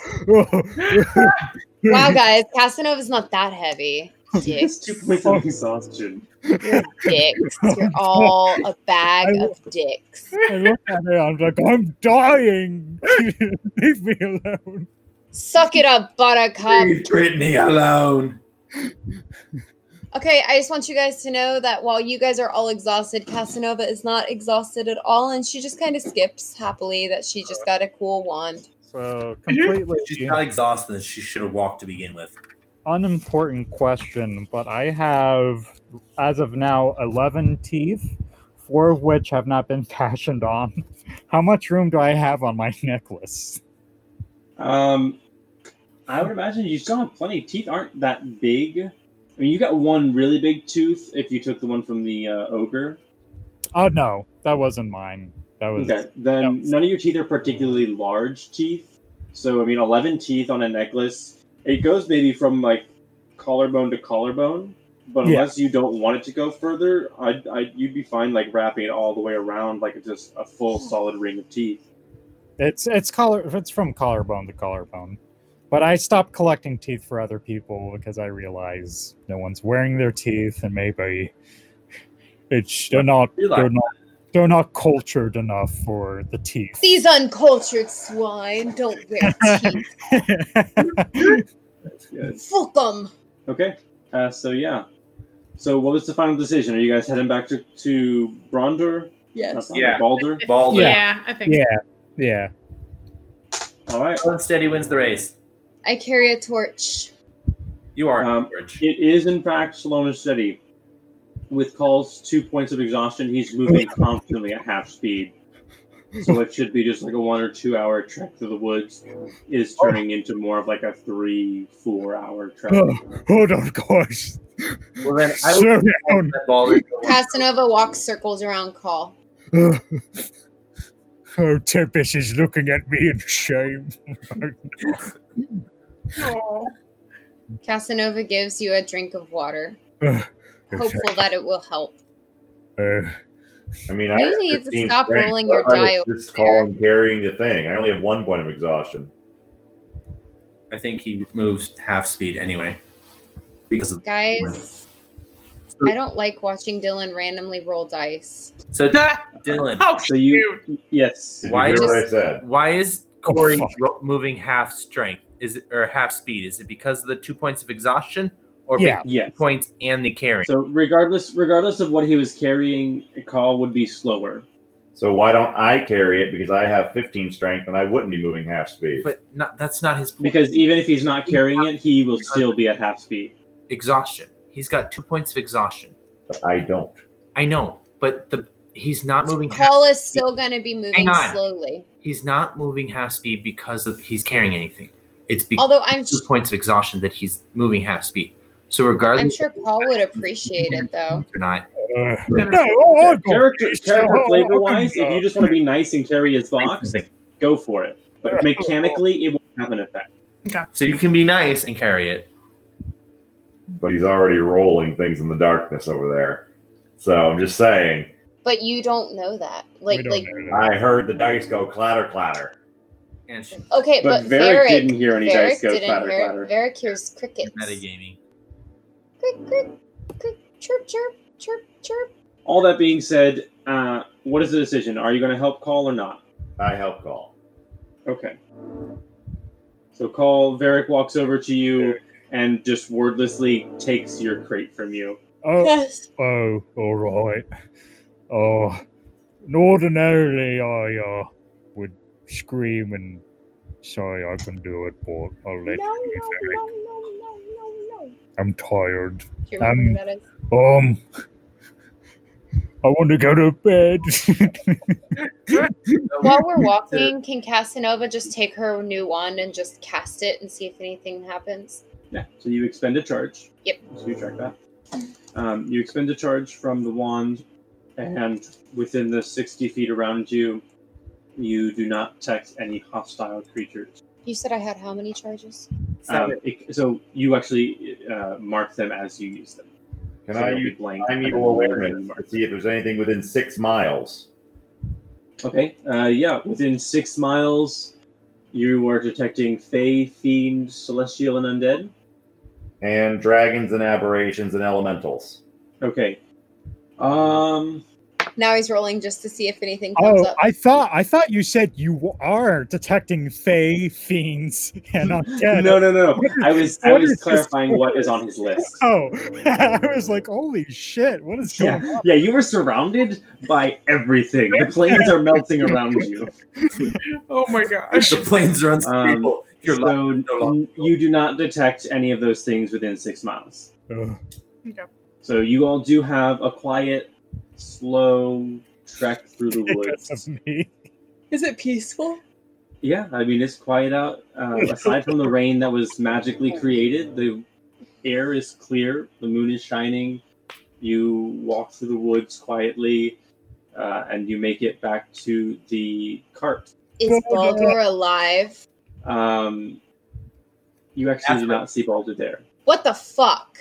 Speaker 2: Wow, guys, Casanova's not that heavy. Dicks.
Speaker 3: It's two points of exhaustion.
Speaker 2: dicks. You're all a bag of dicks.
Speaker 7: I look at it, I'm like, I'm dying. Leave me alone.
Speaker 2: Suck it up, buttercup.
Speaker 8: Leave Brittany alone.
Speaker 2: Okay, I just want you guys to know that while you guys are all exhausted, Casanova is not exhausted at all, and she just kind of skips happily that she just got a cool wand.
Speaker 7: So completely
Speaker 8: She's not exhausted as she should have walked to begin with.
Speaker 7: unimportant question, but I have, as of now, 11 teeth, four of which have not been fashioned on. How much room do I have on my necklace?
Speaker 3: Um, I would imagine you still have plenty. Teeth aren't that big. I mean, you got one really big tooth if you took the one from the uh, ogre.
Speaker 7: Oh, no, that wasn't mine. That was.
Speaker 3: Okay, then
Speaker 7: Yep.
Speaker 3: none of your teeth are particularly large teeth. So I mean, eleven teeth on a necklace. It goes maybe from like collarbone to collarbone, but
Speaker 7: Yeah.
Speaker 3: unless you don't want it to go further, I, I you'd be fine like wrapping it all the way around like it's just a full solid ring of teeth.
Speaker 7: It's it's collar. It's from collarbone to collarbone. But I stopped collecting teeth for other people because I realize no one's wearing their teeth, and maybe it's they're not
Speaker 8: Realize
Speaker 7: they're not they're not cultured enough for the teeth.
Speaker 2: These uncultured swine don't wear teeth.
Speaker 3: Yes.
Speaker 2: Fuck 'em.
Speaker 3: Okay. Uh, so yeah, So, what was the final decision? Are you guys heading back to to Uh, Brondor?
Speaker 2: Yes.
Speaker 3: Not Brondor,
Speaker 8: Yeah.
Speaker 3: Baldur.
Speaker 8: Baldur.
Speaker 5: I think.
Speaker 7: Yeah, yeah.
Speaker 3: All right.
Speaker 8: Slow and steady wins the race.
Speaker 2: I carry a torch.
Speaker 8: You are
Speaker 3: Um,
Speaker 8: Cambridge.
Speaker 3: It is in fact slow and steady. With calls two points of exhaustion, he's moving constantly at half speed. So it should be just like a one or two hour trek through the woods. It is turning into more of like a three, four hour trek.
Speaker 10: Oh, hold on, guys.
Speaker 8: Well then, I
Speaker 10: Slow
Speaker 8: would
Speaker 10: down.
Speaker 8: let Baldur go.
Speaker 2: Casanova walks circles around Call.
Speaker 10: oh, Tempest is looking at me in shame.
Speaker 5: Oh,
Speaker 2: Casanova gives you a drink of water,
Speaker 3: Oh.
Speaker 10: Uh,
Speaker 2: hopeful that it will help.
Speaker 10: uh,
Speaker 9: I mean,
Speaker 2: You
Speaker 9: I have
Speaker 2: need to
Speaker 9: 15
Speaker 2: stop
Speaker 9: strength,
Speaker 2: rolling
Speaker 9: but
Speaker 2: your
Speaker 9: I was
Speaker 2: die over there.
Speaker 9: Just calling carrying the thing. I only have one point of exhaustion.
Speaker 8: I think he moves half speed anyway. Because of
Speaker 2: Guys, I don't like watching Dylan randomly roll dice.
Speaker 8: so Dylan,
Speaker 5: How
Speaker 3: So you, yes.
Speaker 9: Did
Speaker 8: Why
Speaker 9: you hear what I
Speaker 8: just-
Speaker 9: said?
Speaker 8: why is
Speaker 10: Oh,
Speaker 8: Corey
Speaker 10: fuck.
Speaker 8: ro- moving half strength? Is it or half speed? Is it because of the two points of exhaustion, or
Speaker 7: Yeah.
Speaker 3: Yes.
Speaker 8: big points and the carrying?
Speaker 3: So regardless, regardless of what he was carrying, a call would be slower.
Speaker 9: So why don't I carry it? Because I have 15 strength and I wouldn't be moving half speed.
Speaker 8: but not that's not his point.
Speaker 3: Because even if he's not carrying it, he will still be at half speed.
Speaker 8: exhaustion. He's got two points of exhaustion.
Speaker 9: But I don't.
Speaker 8: I know, but the he's not moving. Half,
Speaker 2: Call is still going to be moving
Speaker 8: Hang on.
Speaker 2: slowly.
Speaker 8: he's not moving half speed because of he's carrying anything. It's because
Speaker 2: Although I'm
Speaker 8: two points of exhaustion that he's moving half speed. So regardless,
Speaker 2: I'm sure Paul would appreciate it though.
Speaker 8: or not,
Speaker 10: uh, no, oh, I got
Speaker 3: Character,
Speaker 10: this.
Speaker 3: character
Speaker 10: Oh,
Speaker 3: flavor wise,
Speaker 10: oh,
Speaker 3: if you just want to be nice and carry his box, go for it. But mechanically, it won't have an effect.
Speaker 8: so you can be nice and carry it.
Speaker 9: But he's already rolling things in the darkness over there. So I'm just saying.
Speaker 2: But you don't know that.
Speaker 10: we
Speaker 2: Like
Speaker 10: don't
Speaker 2: like
Speaker 10: know that.
Speaker 9: I heard the dice go clatter clatter.
Speaker 8: And sh-
Speaker 2: okay, but,
Speaker 3: But Varric didn't hear any dice go
Speaker 2: didn't
Speaker 3: clatter,
Speaker 2: hear-
Speaker 3: clatter.
Speaker 2: Varric hears crickets.
Speaker 8: metagaming.
Speaker 2: Crick, crick, crick, chirp, chirp, chirp, chirp.
Speaker 3: All that being said, uh, what is the decision? Are you going to help call or not?
Speaker 9: I help call.
Speaker 3: Okay. So call. Varric walks over to you and just wordlessly takes your crate from you.
Speaker 10: Oh, oh, all right. Oh, and ordinarily I uh, would scream and sorry I can do it, but I'll
Speaker 2: No, no,
Speaker 10: let
Speaker 2: no,
Speaker 10: you if I-
Speaker 2: no, no, no, no.
Speaker 10: I'm tired.
Speaker 2: Do you remember
Speaker 10: Um,
Speaker 2: that
Speaker 10: Um,
Speaker 2: is?
Speaker 10: I want to go to bed.
Speaker 2: While we're walking, can Casanova just take her new wand and just cast it and see if anything happens?
Speaker 3: Yeah. So you expend a charge.
Speaker 2: Yep.
Speaker 3: So you track that. Um, you expend a charge from the wand, and within the 60 feet around you, you do not detect any hostile creatures.
Speaker 2: You said I had how many charges?
Speaker 3: Um, it- so you actually uh, mark them as you use them.
Speaker 9: Can
Speaker 3: so
Speaker 9: I
Speaker 3: they'll be
Speaker 9: use
Speaker 3: blank
Speaker 9: I'm
Speaker 3: and then
Speaker 9: evil
Speaker 3: roll them
Speaker 9: awareness
Speaker 3: and mark.
Speaker 9: to see if there's anything within six miles?
Speaker 3: Okay. Uh, yeah, within six miles, you are detecting fey, fiend, celestial, and undead.
Speaker 9: And dragons and aberrations and elementals.
Speaker 3: Okay. Um.
Speaker 2: Now he's rolling just to see if anything comes
Speaker 7: Oh,
Speaker 2: up.
Speaker 7: I thought I thought you said you are detecting fey fiends and undead.
Speaker 3: no, no, no.
Speaker 7: What is-
Speaker 3: I was I
Speaker 7: what
Speaker 3: was
Speaker 7: is this
Speaker 3: clarifying
Speaker 7: for?
Speaker 3: what is on his list.
Speaker 7: Oh, I was like, holy shit! What is going
Speaker 3: Yeah, yeah. You were surrounded by everything. The planes are melting around you.
Speaker 5: oh my gosh.
Speaker 8: the planes are unstable. You're
Speaker 3: so
Speaker 8: lucky. no luck.
Speaker 3: n- you do not detect any of those things within six miles.
Speaker 10: Ugh.
Speaker 3: So you all do have a quiet, slow trek through the
Speaker 10: Because
Speaker 3: woods.
Speaker 10: of me.
Speaker 2: Is it peaceful?
Speaker 3: Yeah, I mean it's quiet out. Uh, aside from the rain that was magically created, the air is clear. The moon is shining. You walk through the woods quietly, uh, and you make it back to the cart.
Speaker 2: Is Baldur alive?
Speaker 3: Um, you actually do not see Balder there.
Speaker 2: What the fuck?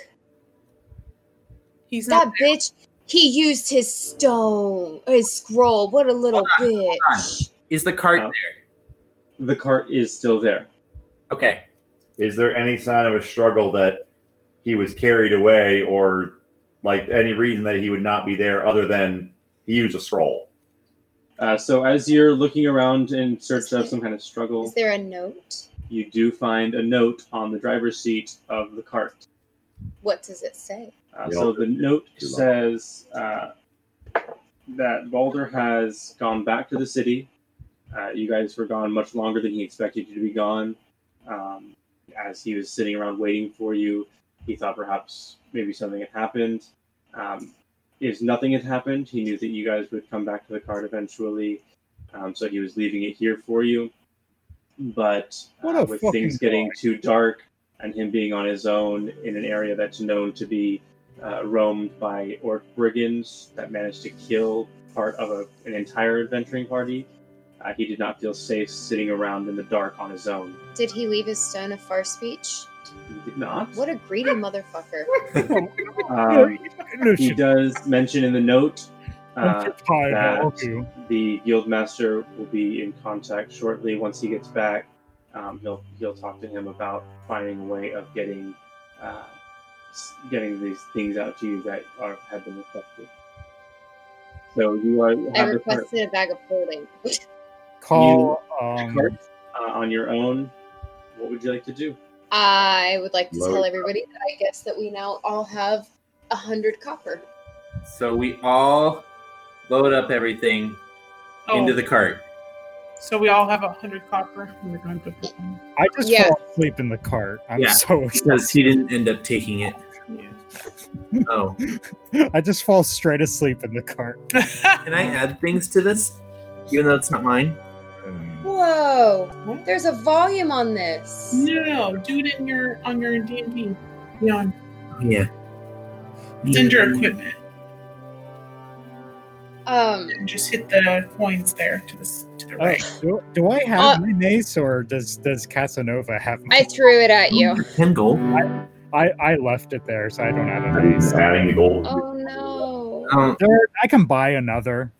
Speaker 5: He's
Speaker 2: That
Speaker 5: not.
Speaker 2: bitch. He used his stone, his scroll. What a little bitch.
Speaker 8: Is the cart
Speaker 3: Oh.
Speaker 8: there?
Speaker 3: The cart is still there.
Speaker 8: Okay.
Speaker 9: Is there any sign of a struggle that he was carried away or like any reason that he would not be there other than he used a scroll?
Speaker 3: Uh, so as you're looking around in search of some kind of struggle,
Speaker 2: Is there a note?
Speaker 3: you do find a note on the driver's seat of the cart.
Speaker 2: What does it say?
Speaker 3: Uh,
Speaker 9: Yeah.
Speaker 3: so the note
Speaker 9: Too long.
Speaker 3: says uh, that Balder has gone back to the city. Uh, you guys were gone much longer than he expected you to be gone. Um, as he was sitting around waiting for you, he thought perhaps maybe something had happened. Um, if nothing had happened, he knew that you guys would come back to the card eventually. Um, so he was leaving it here for you. But
Speaker 10: What
Speaker 3: uh,
Speaker 10: a
Speaker 3: with
Speaker 10: fucking
Speaker 3: things getting too dark and him being on his own in an area that's known to be uh, roamed by orc brigands that managed to kill part of a, an entire adventuring party, uh, he did not feel safe sitting around in the dark on his own.
Speaker 2: Did he leave his stone of far speech?
Speaker 3: He did not.
Speaker 2: What a greedy motherfucker.
Speaker 3: Um, he
Speaker 10: Lucian,
Speaker 3: does mention in the note
Speaker 10: I'm
Speaker 3: uh,
Speaker 10: so tired
Speaker 3: that-
Speaker 10: I love you.
Speaker 3: the guildmaster will be in contact shortly once he gets back. Um, he'll he'll talk to him about finding a way of getting uh, s- getting these things out to you that are have been requested. So you are
Speaker 2: I
Speaker 3: have the cart,
Speaker 2: requested a bag of holding.
Speaker 7: Call.
Speaker 3: the
Speaker 7: Um,
Speaker 3: cart, uh, on your own. What would you like to do?
Speaker 2: I would like to
Speaker 9: Load
Speaker 2: tell everybody that I guess that we now all have a hundred copper.
Speaker 8: So we all load up everything
Speaker 5: Oh,
Speaker 8: into the cart.
Speaker 5: so we all have a hundred copper. Oh We're going to put them.
Speaker 7: I just
Speaker 2: Yeah.
Speaker 7: fall asleep in the cart. I'm
Speaker 8: Yeah.
Speaker 7: so
Speaker 8: Because he didn't end up taking it.
Speaker 5: Yeah.
Speaker 8: Oh.
Speaker 7: I just fall straight asleep in the cart.
Speaker 8: Can I add things to this? Even though it's not mine?
Speaker 2: Whoa! There's a volume on this.
Speaker 5: No, do it in your on your D and D. Yeah,
Speaker 8: Yeah.
Speaker 5: in your equipment.
Speaker 2: Um,
Speaker 5: And just hit the coins there to the s- to the
Speaker 7: Oh,
Speaker 5: right.
Speaker 7: do, do I
Speaker 2: Uh,
Speaker 7: have my mace, or does does Casanova have? My,
Speaker 2: I threw it at you.
Speaker 8: Ten gold.
Speaker 7: I I left it there, so I don't have a mace.
Speaker 9: He's adding the gold
Speaker 2: Oh no!
Speaker 8: Um,
Speaker 7: There, I can buy another.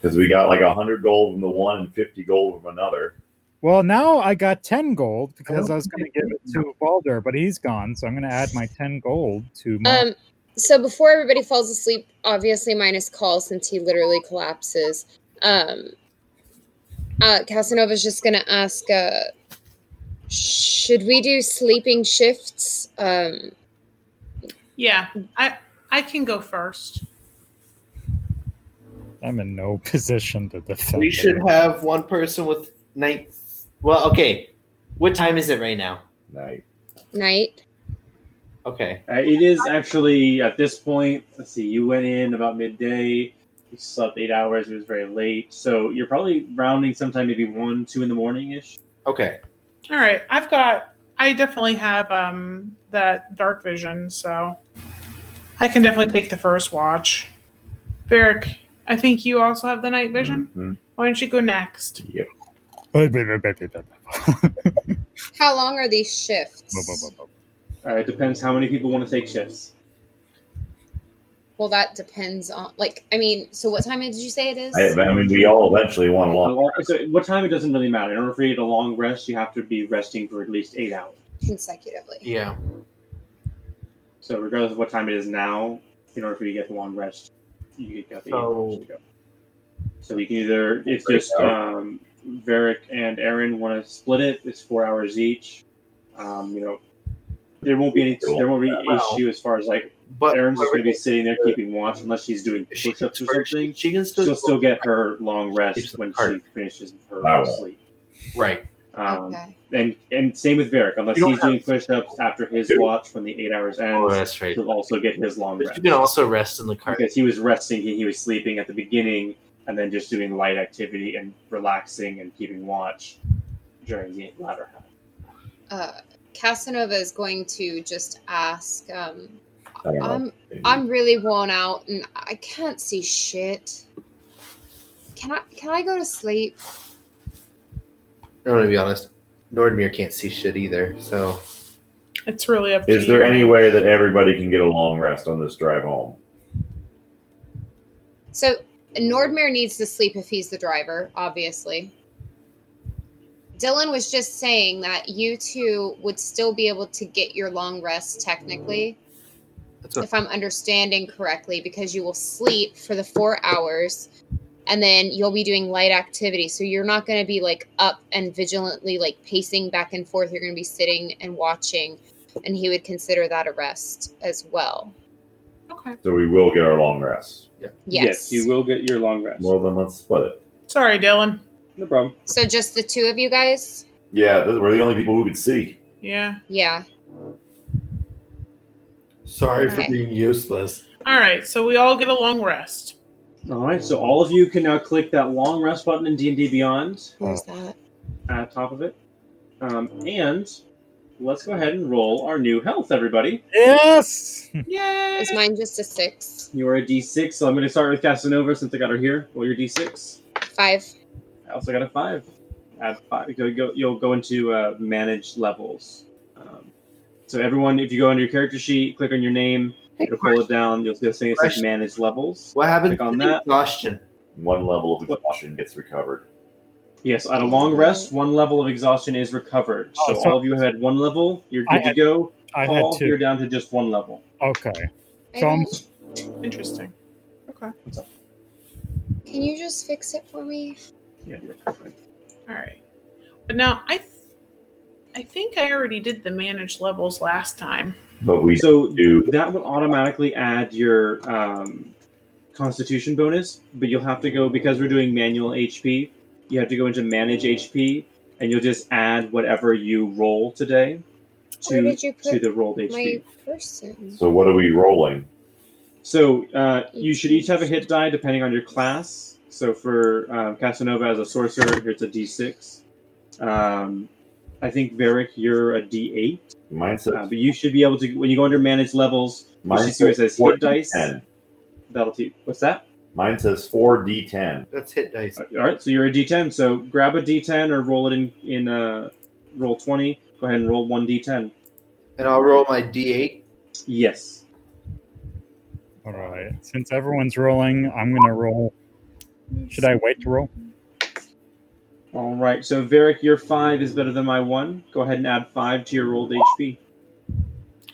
Speaker 9: because we got like hundred gold from the one and fifty gold from another.
Speaker 7: Well, now I got ten gold because I was going to give it to Balder, but he's gone, so I'm going to add my ten gold to my.
Speaker 2: Um, so before everybody falls asleep, obviously minus Call since he literally collapses. Um, uh, Casanova's just gonna ask, uh, should we do sleeping shifts? Um,
Speaker 5: Yeah, I I can go first.
Speaker 7: I'm in no position to defend.
Speaker 6: We
Speaker 7: it.
Speaker 6: should have one person with night. Well, okay.
Speaker 12: What time is it right now?
Speaker 9: Nice.
Speaker 2: night.
Speaker 12: Okay.
Speaker 3: Uh, it is actually at this point. Let's see. You went in about midday. You slept eight hours. It was very late. So you're probably rounding sometime, maybe one, two in the morning ish.
Speaker 12: Okay.
Speaker 5: All right, I've got. I definitely have um that dark vision, so I can definitely take the first watch. Varric, I think you also have the night vision.
Speaker 9: Mhm.
Speaker 5: Why don't you go next?
Speaker 2: How long are these shifts?
Speaker 3: Uh, it depends how many people want to take shifts.
Speaker 2: Well, that depends on, like, I mean, so what time did you say it is?
Speaker 9: I, I mean, we all eventually want a
Speaker 3: So,
Speaker 9: lot.
Speaker 3: all- so what time? It doesn't really matter. In order for you to get a long rest, you have to be resting for at least eight hours.
Speaker 2: Consecutively.
Speaker 12: Yeah.
Speaker 3: So regardless of what time it is now, in order for you to get the long rest, you get the eight
Speaker 12: So-
Speaker 3: hours to go. So you can either it's just um, Varric and Aaron want to split it. It's four hours each. Um, you know, there won't be any there won't be any issue as far as like
Speaker 12: But
Speaker 3: Aaron's just going to be sitting there keeping watch unless she's doing
Speaker 12: she can,
Speaker 3: push-ups or something.
Speaker 12: she can still,
Speaker 3: She'll still get her long rest
Speaker 12: Keeps
Speaker 3: when
Speaker 12: the
Speaker 3: she finishes her
Speaker 9: Wow.
Speaker 3: sleep.
Speaker 12: right.
Speaker 3: Um,
Speaker 2: okay.
Speaker 3: and and same with Varric, unless
Speaker 12: You don't
Speaker 3: he's doing push-ups after his watch when the eight hours
Speaker 12: Oh,
Speaker 3: ends,
Speaker 12: that's right.
Speaker 3: he'll also get his long
Speaker 12: But
Speaker 3: rest
Speaker 12: you can also rest in the cart.
Speaker 3: because he was resting and he was sleeping at the beginning, and then just doing light activity and relaxing and keeping watch during the latter half.
Speaker 2: Uh, Casanova is going to just ask, um,
Speaker 9: I don't know.
Speaker 2: I'm I'm really worn out and I can't see shit. Can I can I go to sleep?
Speaker 12: I'm gonna be honest. Nordmir can't see shit either, so
Speaker 5: It's really up to
Speaker 9: Is there
Speaker 5: you.
Speaker 9: any way that everybody can get a long rest on this drive home?
Speaker 2: So Nordmere needs to sleep if he's the driver, obviously. Dylan was just saying that you two would still be able to get your long rest technically,
Speaker 12: that's what
Speaker 2: if I'm understanding correctly, because you will sleep for the four hours and then you'll be doing light activity. So you're not going to be like up and vigilantly like pacing back and forth. You're going to be sitting and watching, and he would consider that a rest as well.
Speaker 5: Okay.
Speaker 9: So we will get our long rest.
Speaker 2: Yes.
Speaker 3: you will get your long rest.
Speaker 9: Well, then let's split it.
Speaker 5: Sorry, Dylan.
Speaker 3: No problem.
Speaker 2: So just the two of you guys?
Speaker 9: Yeah, those were the only people who could see.
Speaker 5: Yeah.
Speaker 2: Yeah.
Speaker 12: Sorry
Speaker 2: Okay.
Speaker 12: for being useless.
Speaker 5: All right. So we all get a long rest.
Speaker 3: All right, so all of you can now click that long rest button in D&D Beyond
Speaker 2: Where's that?
Speaker 3: at the top of it. Um, and let's go ahead and roll our new health, everybody.
Speaker 7: Yes.
Speaker 5: Yay!
Speaker 2: Is mine just a six?
Speaker 3: You are a D6, so I'm going to start with Casanova since I got her here. Roll your D6.
Speaker 2: Five.
Speaker 3: I also got a 5. Add 5. You'll go, you'll go into uh, manage levels. Um, so everyone, if you go on your character sheet, click on your name, it'll pull it down. You'll see a thing that says
Speaker 12: Question.
Speaker 3: manage levels.
Speaker 12: What happened
Speaker 3: Click on
Speaker 12: to
Speaker 3: that.
Speaker 12: exhaustion?
Speaker 9: One level of exhaustion gets recovered.
Speaker 3: Yes, at a long rest, one level of exhaustion is recovered.
Speaker 7: Oh,
Speaker 3: so,
Speaker 7: so-
Speaker 3: all of you have had one level. You're
Speaker 7: I
Speaker 3: good to
Speaker 7: had-
Speaker 3: go.
Speaker 7: I had
Speaker 3: Paul,
Speaker 7: two.
Speaker 3: you're down to just one level.
Speaker 7: Okay.
Speaker 2: I
Speaker 7: So I'm-
Speaker 2: don't-
Speaker 5: Interesting. Okay.
Speaker 2: Can you just fix it for me?
Speaker 3: Yeah, you're
Speaker 5: All right. But now I, th- I think I already did the manage levels last time.
Speaker 9: But we
Speaker 3: So
Speaker 9: do.
Speaker 3: that will automatically add your um, Constitution bonus, but you'll have to go because we're doing manual HP. You have to go into manage HP, and you'll just add whatever you roll today
Speaker 2: Where
Speaker 3: to
Speaker 2: did you
Speaker 3: to
Speaker 2: put
Speaker 3: the rolled HP.
Speaker 2: my person?
Speaker 9: So what are we rolling?
Speaker 3: So uh, you should each have a hit die depending on your class. So for um, Casanova as a sorcerer, it's a D6. Um, I think Varric, you're a D8,
Speaker 9: Mine says,
Speaker 3: uh, but you should be able to when you go under manage levels.
Speaker 9: mine
Speaker 3: should see what it says, hit
Speaker 9: four
Speaker 3: dice.
Speaker 9: D10.
Speaker 3: That'll te- what's that?
Speaker 9: Mine says four D10.
Speaker 12: That's hit dice.
Speaker 3: All right, so you're a D10. So grab a D10 or roll it in in uh, roll 20. Go ahead and roll one D10.
Speaker 12: And I'll roll my D8.
Speaker 3: Yes.
Speaker 7: All right. Since everyone's rolling, I'm gonna roll. Should I wait to roll?
Speaker 3: All right. So Varric, your five is better than my one. Go ahead and add five to your rolled HP.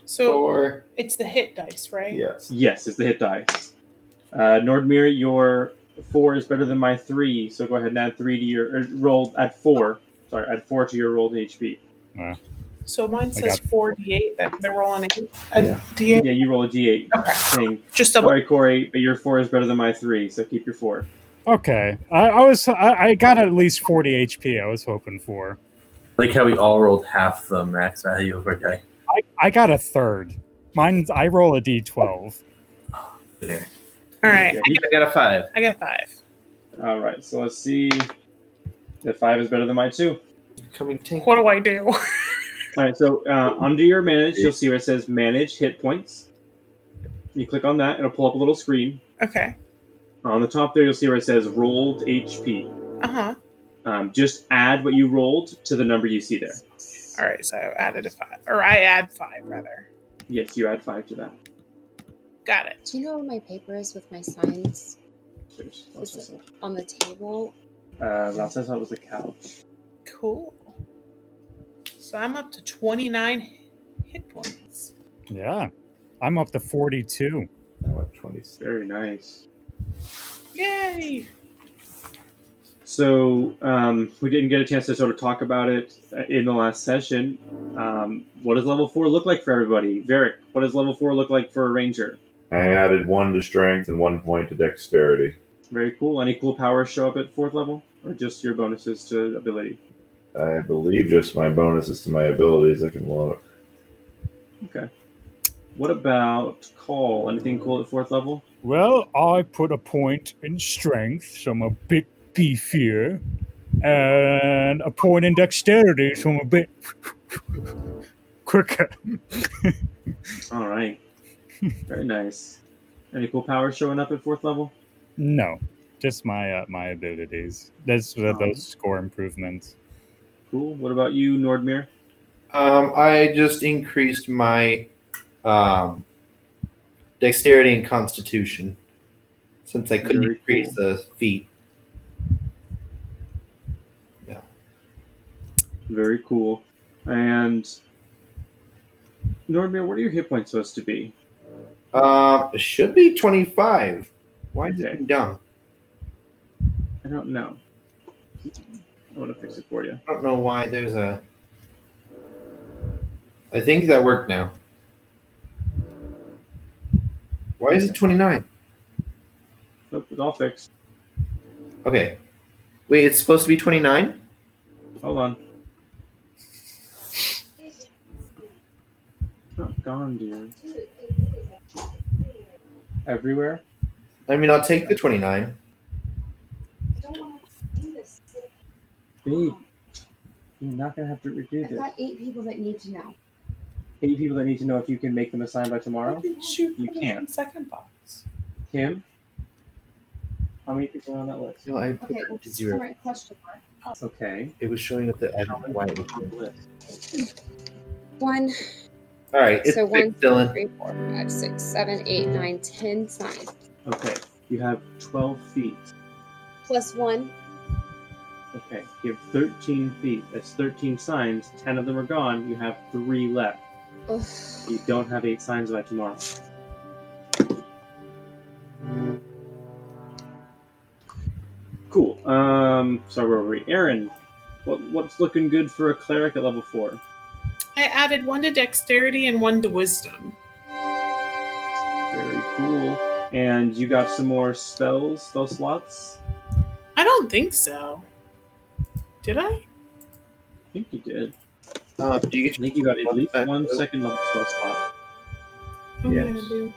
Speaker 5: So
Speaker 12: Or
Speaker 5: it's the hit dice, right?
Speaker 9: Yes.
Speaker 3: Yes, it's the hit dice. Uh, Nordmir, your four is better than my three, so go ahead and add three to your or roll. Add four. Sorry, add four to your rolled HP.
Speaker 5: So mine
Speaker 7: I
Speaker 5: says
Speaker 7: got
Speaker 5: four d8. That they're rolling eight. A
Speaker 9: Yeah.
Speaker 5: D8.
Speaker 3: Yeah, you roll a D8.
Speaker 5: Okay.
Speaker 3: Same.
Speaker 5: Just double.
Speaker 3: Sorry, Corey, but your four is better than my three, so keep your four.
Speaker 7: Okay. I, I was. I, I got at least 40 HP. I was hoping for.
Speaker 8: Like how we all rolled half the max value of our die.
Speaker 7: I, I got a third. Mine's. I roll a D12.
Speaker 8: There.
Speaker 5: All right.
Speaker 3: Okay.
Speaker 8: I got a five.
Speaker 5: I got five.
Speaker 3: All right, so let's see. The five is better than my two.
Speaker 12: coming tank.
Speaker 5: What do I do?
Speaker 3: All right, so uh, under your manage, you'll see where it says manage hit points. You click on that, it'll pull up a little screen.
Speaker 5: okay.
Speaker 3: On the top there, you'll see where it says rolled HP.
Speaker 5: Uh huh.
Speaker 3: Um, just add what you rolled to the number you see there.
Speaker 5: All right. So I added a five, or I add five rather.
Speaker 3: Yes, you add five to that.
Speaker 5: Got it.
Speaker 2: Do you know where my paper is with my signs
Speaker 3: There's lots of stuff.
Speaker 2: on the table?
Speaker 3: Uh, last I saw was the couch.
Speaker 5: Cool. So I'm up to 29 hit points.
Speaker 7: Yeah. I'm up to 42.
Speaker 9: Now at 26.
Speaker 3: Very nice.
Speaker 5: Yay!
Speaker 3: So um, we didn't get a chance to sort of talk about it uh, in the last session. Um, what does level four look like for everybody? Varric, what does level four look like for a ranger?
Speaker 9: I added one to strength and one point to dexterity.
Speaker 3: Very cool. Any cool powers show up at fourth level, or just your bonuses to ability?
Speaker 9: I believe just my bonuses to my abilities. I can look.
Speaker 3: What about call? Anything cool at fourth level?
Speaker 7: Well, I put a point in strength, so I'm a bit beefier, and a point in dexterity, so I'm a bit quicker.
Speaker 3: All right. Very nice. Any cool powers showing up at fourth level?
Speaker 7: No, just my uh, my abilities. That's uh, those score improvements.
Speaker 3: Cool. What about you, Nordmir?
Speaker 12: Um, I just increased my um, dexterity and constitution since I couldn't
Speaker 3: Very
Speaker 12: increase the feet.
Speaker 3: Very cool. And Nordmir, what are your hit points supposed to be?
Speaker 12: Um, it should be 25. Why is
Speaker 3: Okay.
Speaker 12: it dumb?
Speaker 3: I don't know. I want to fix it for you.
Speaker 12: I don't know why there's a. I think that worked now. Why is it 29?
Speaker 3: Nope, it's all fixed.
Speaker 12: Okay. Wait, it's supposed to be 29?
Speaker 3: Hold on. It's not gone, dude. Everywhere?
Speaker 12: I mean, I'll take the 29.
Speaker 3: Babe, you're not going to have to redo this.
Speaker 2: eight people that need to know.
Speaker 3: Eight people that need to know if you can make them assign by tomorrow. You can't.
Speaker 5: Second box.
Speaker 3: Kim? How many people are on that list?
Speaker 12: No, I put it to zero.
Speaker 2: question mark.
Speaker 3: Okay.
Speaker 12: It was showing up that I don't know why it was
Speaker 3: doing
Speaker 2: One.
Speaker 12: All right, it's
Speaker 2: so one,
Speaker 12: fixed,
Speaker 2: two,
Speaker 12: Dylan.
Speaker 2: three, four, five, six, seven, eight, nine, ten signs.
Speaker 3: Okay. You have 12 feet.
Speaker 2: Plus one.
Speaker 3: Okay. You have 13 feet. That's 13 signs. 10 of them are gone. You have three left.
Speaker 2: Ugh.
Speaker 3: You don't have eight signs by tomorrow. Cool. Um, so where were we? Aaron, what, what's looking good for a cleric at level four?
Speaker 5: I added one to dexterity and one to wisdom.
Speaker 3: Very cool. And you got some more spells, spell slots?
Speaker 5: I don't think so. Did I?
Speaker 3: I think you did.
Speaker 12: Uh, do you
Speaker 3: I think you got at least one second level spell slot.
Speaker 5: I'm
Speaker 9: Yes.
Speaker 5: gonna do.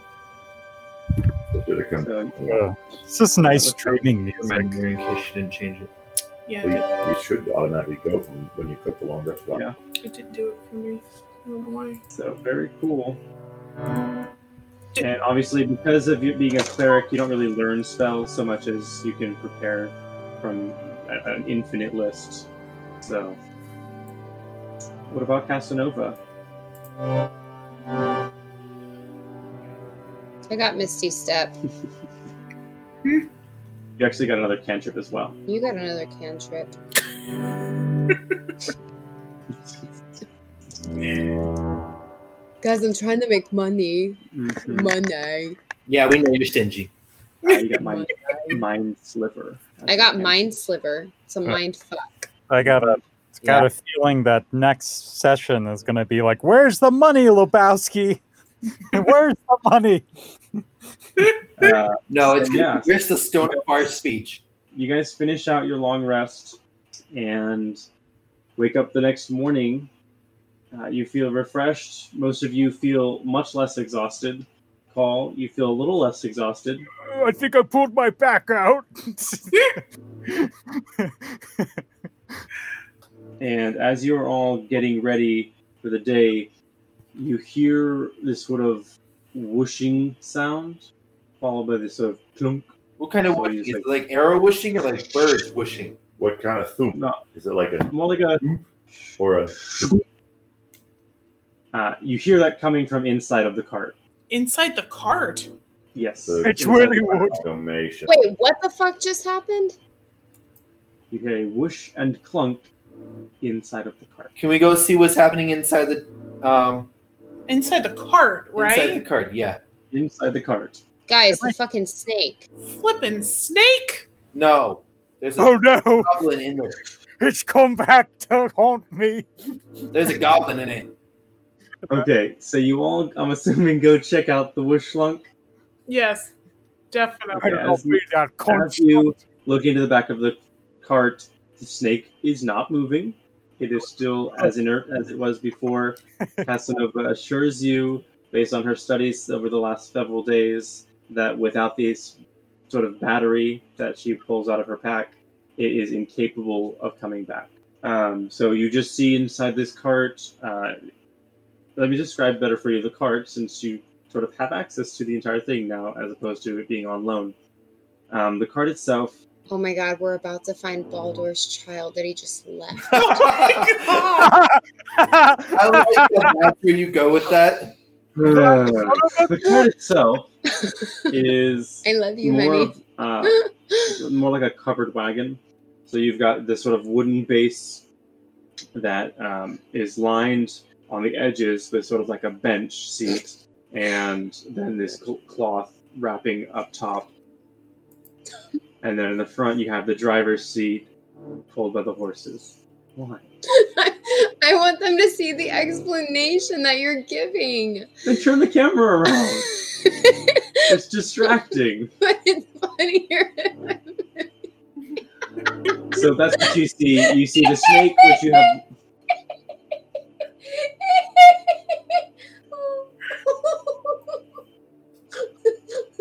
Speaker 3: So
Speaker 7: Uh, it's just nice training
Speaker 12: Remind
Speaker 7: music.
Speaker 12: me in case you didn't change it.
Speaker 5: Yeah, I
Speaker 9: We,
Speaker 5: did.
Speaker 9: we should automatically go from when you click the long rest button.
Speaker 3: Yeah.
Speaker 5: It didn't do it for me. Oh, I don't know why.
Speaker 3: So very cool. And obviously, because of you being a cleric, you don't really learn spells so much as you can prepare from a, an infinite list. So, what about Casanova?
Speaker 2: I got Misty Step.
Speaker 3: You actually got another cantrip as well.
Speaker 2: You got another cantrip. Guys, I'm trying to make money. Mm-hmm.
Speaker 3: Mhm.
Speaker 2: Money.
Speaker 12: Yeah, we know you're stingy.
Speaker 3: Uh, you got mind, mind sliver.
Speaker 2: I got Mind Sliver. It's a mind fuck.
Speaker 7: I got a got a feeling that next session is going to be like, "Where's the money, Lebowski? Where's the money?"
Speaker 3: Uh,
Speaker 12: No, it's
Speaker 3: Yeah.
Speaker 12: Where's the stone of our speech?
Speaker 3: you guys finish out your long rest and wake up the next morning. Uh, you feel refreshed. Most of you feel much less exhausted. Call, you feel a little less exhausted.
Speaker 7: I think I pulled my back out.
Speaker 3: And as you're all getting ready for the day, you hear this sort of whooshing sound, followed by this sort of clunk.
Speaker 12: What kind of
Speaker 3: So
Speaker 12: whooshing?
Speaker 3: he's
Speaker 12: Is
Speaker 3: like-
Speaker 12: it like arrow whooshing or like birds whooshing?
Speaker 9: What kind of thump?
Speaker 3: No,
Speaker 9: Is it like a
Speaker 3: more like a
Speaker 7: Mm-hmm.
Speaker 9: or a?
Speaker 3: Uh, you hear that coming from inside of the cart.
Speaker 5: Inside the cart.
Speaker 3: Yes.
Speaker 7: It's
Speaker 3: Inside
Speaker 7: really
Speaker 3: the cart.
Speaker 7: wood.
Speaker 9: Automation.
Speaker 2: Wait, what the fuck just happened?
Speaker 3: You hear a whoosh and clunk inside of the cart.
Speaker 12: Can we go see what's happening inside the um
Speaker 5: Inside the cart,
Speaker 12: inside the
Speaker 5: right?
Speaker 12: card? Yeah.
Speaker 3: Inside the cart.
Speaker 2: Guys, the fucking snake.
Speaker 5: Flippin' snake.
Speaker 12: No. There's a
Speaker 7: oh no!
Speaker 12: goblin in there.
Speaker 7: It's come back to haunt me.
Speaker 12: There's a goblin in it.
Speaker 3: Okay, so you all, I'm assuming, go check out the whoosh slunk.
Speaker 5: Yes, definitely.
Speaker 7: I don't know if we got
Speaker 3: As you look into the back of the cart, the snake is not moving. It is still as inert as it was before. Casanova assures you, based on her studies over the last several days, that without these sort of battery that she pulls out of her pack, it is incapable of coming back. Um, so you just see inside this cart. Uh, let me describe better for you the cart, since you sort of have access to the entire thing now, as opposed to it being on loan. Um, the cart itself
Speaker 2: Oh my god, we're about to find Baldur's child that he just left.
Speaker 12: I
Speaker 3: Oh
Speaker 12: like that that's where you go with that.
Speaker 3: Uh, the card itself is
Speaker 2: I love you,
Speaker 3: more,
Speaker 2: honey.
Speaker 3: of, uh, more like a covered wagon. So you've got this sort of wooden base that um, is lined on the edges with sort of like a bench seat, and then this cl- cloth wrapping up top. And then in the front, you have the driver's seat pulled by the horses. Why?
Speaker 2: I want them to see the explanation that you're giving.
Speaker 3: They turn the camera around. It's distracting.
Speaker 2: but it's funnier.
Speaker 3: So that's what you see. You see the snake, which you have.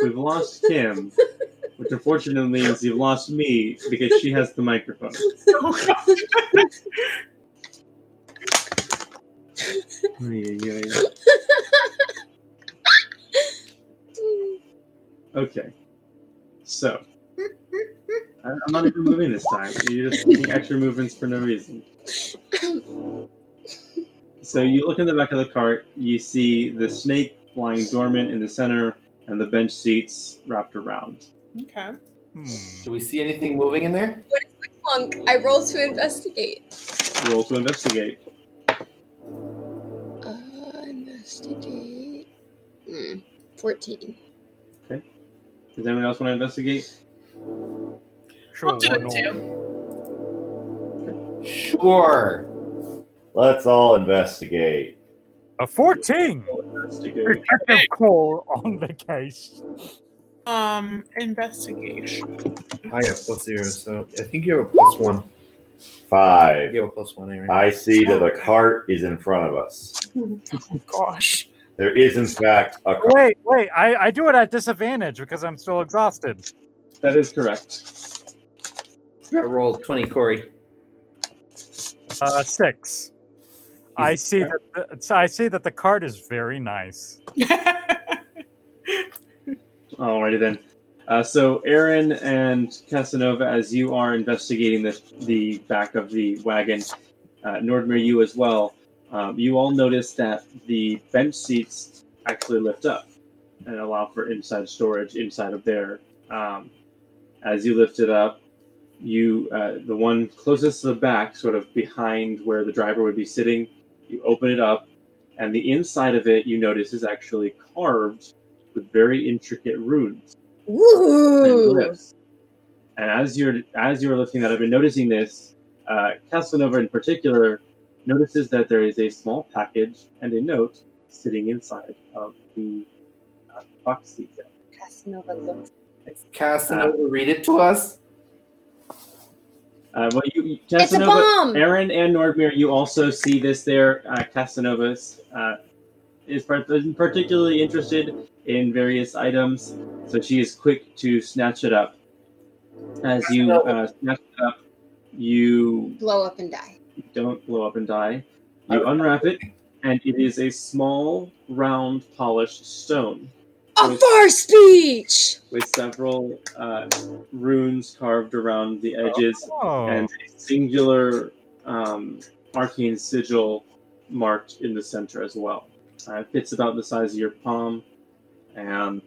Speaker 3: We've lost Kim, which unfortunately means you've lost me because she has the microphone. Ay, ay, ay. Okay. So. I- I'm not even moving this time. You're just making extra movements for no reason. So you look in the back of the cart, you see the snake lying dormant in the center and the bench seats wrapped around.
Speaker 5: Okay.
Speaker 7: Hmm.
Speaker 12: Do we see anything moving in there?
Speaker 2: Monk, I roll to investigate.
Speaker 3: Roll to investigate.
Speaker 2: Uh, investigate. Hmm. 14.
Speaker 3: Does anyone else want to investigate?
Speaker 7: Sure,
Speaker 5: do
Speaker 7: why
Speaker 5: it
Speaker 7: not?
Speaker 12: Sure.
Speaker 9: Let's all investigate.
Speaker 7: A 14!
Speaker 3: Investigate.
Speaker 7: Detective Cole on the case.
Speaker 5: Um, investigation.
Speaker 12: I have plus zero, so I think you have a plus one.
Speaker 9: Five.
Speaker 12: You have a plus one anyway.
Speaker 9: I see that a cart is in front of us.
Speaker 5: Gosh.
Speaker 9: There is, in fact, a cart.
Speaker 7: Wait, wait, I, I do it at disadvantage because I'm still exhausted.
Speaker 3: That is correct.
Speaker 12: I rolled 20, Corey.
Speaker 7: Uh, six. I see that. The, so I see that the card is very nice.
Speaker 3: Alrighty then. Uh, so Aaron and Casanova, as you are investigating the the back of the wagon, uh, Nordmere, you as well. Um, you all notice that the bench seats actually lift up and allow for inside storage inside of there. Um, as you lift it up, you uh, the one closest to the back, sort of behind where the driver would be sitting, you open it up, and the inside of it you notice is actually carved with very intricate runes and
Speaker 2: Woo!
Speaker 3: glyphs. And as you're as you're looking that, I've been noticing this. Uh, Casanova, in particular, notices that there is a small package and a note sitting inside of the uh, box detail.
Speaker 2: Casanova looks.
Speaker 12: Casanova, read it to us.
Speaker 3: Uh, well, you,
Speaker 2: It's a
Speaker 3: Casanova,
Speaker 2: bomb!
Speaker 3: Aaron and Nordmir, you also see this there. Uh, Casanova's uh, is par- is particularly interested in various items, so she is quick to snatch it up. As you uh, snatch it up, you
Speaker 2: Blow up and die.
Speaker 3: don't blow up and die. You unwrap it, and it is a small, round, polished stone
Speaker 2: A far speech!
Speaker 3: with several uh, runes carved around the edges
Speaker 7: Oh,
Speaker 3: and a singular um, arcane sigil marked in the center as well. Uh, it fits about the size of your palm, and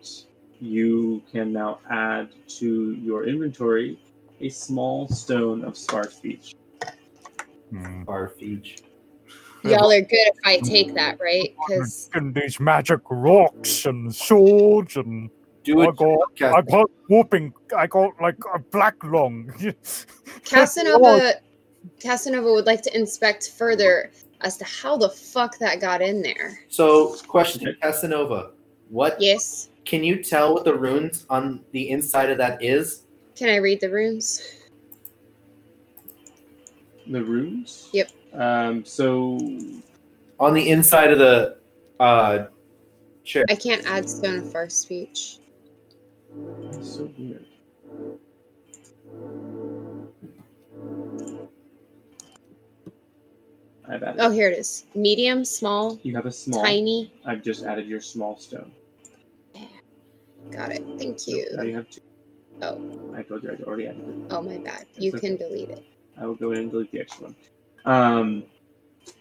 Speaker 3: you can now add to your inventory a small stone of spark speech.
Speaker 7: hmm.
Speaker 12: Barf each.
Speaker 2: Y'all are good if I take that, right? Because
Speaker 7: and these magic rocks and swords and
Speaker 12: Do
Speaker 7: I
Speaker 12: it.
Speaker 7: got
Speaker 12: Cas-
Speaker 7: I got whooping. I got like a black long.
Speaker 2: Casanova, Casanova would like to inspect further as to how the fuck that got in there.
Speaker 12: So, question to Casanova. What
Speaker 2: Yes.
Speaker 12: can you tell what the runes on the inside of that is?
Speaker 2: Can I read the runes?
Speaker 3: The runes?
Speaker 2: Yep.
Speaker 3: Um, so
Speaker 12: On the inside of the uh, chair.
Speaker 2: I can't add stone of far speech.
Speaker 3: That's so weird. I've added.
Speaker 2: Oh, here it is. Medium, small,
Speaker 3: You have a small.
Speaker 2: tiny.
Speaker 3: I've just added your small stone.
Speaker 2: Got it. Thank
Speaker 3: Now
Speaker 2: you.
Speaker 3: you have two. I told you I already added it.
Speaker 2: Oh my bad. You
Speaker 3: It's
Speaker 2: can delete it.
Speaker 3: I will go ahead and delete the extra one. Um,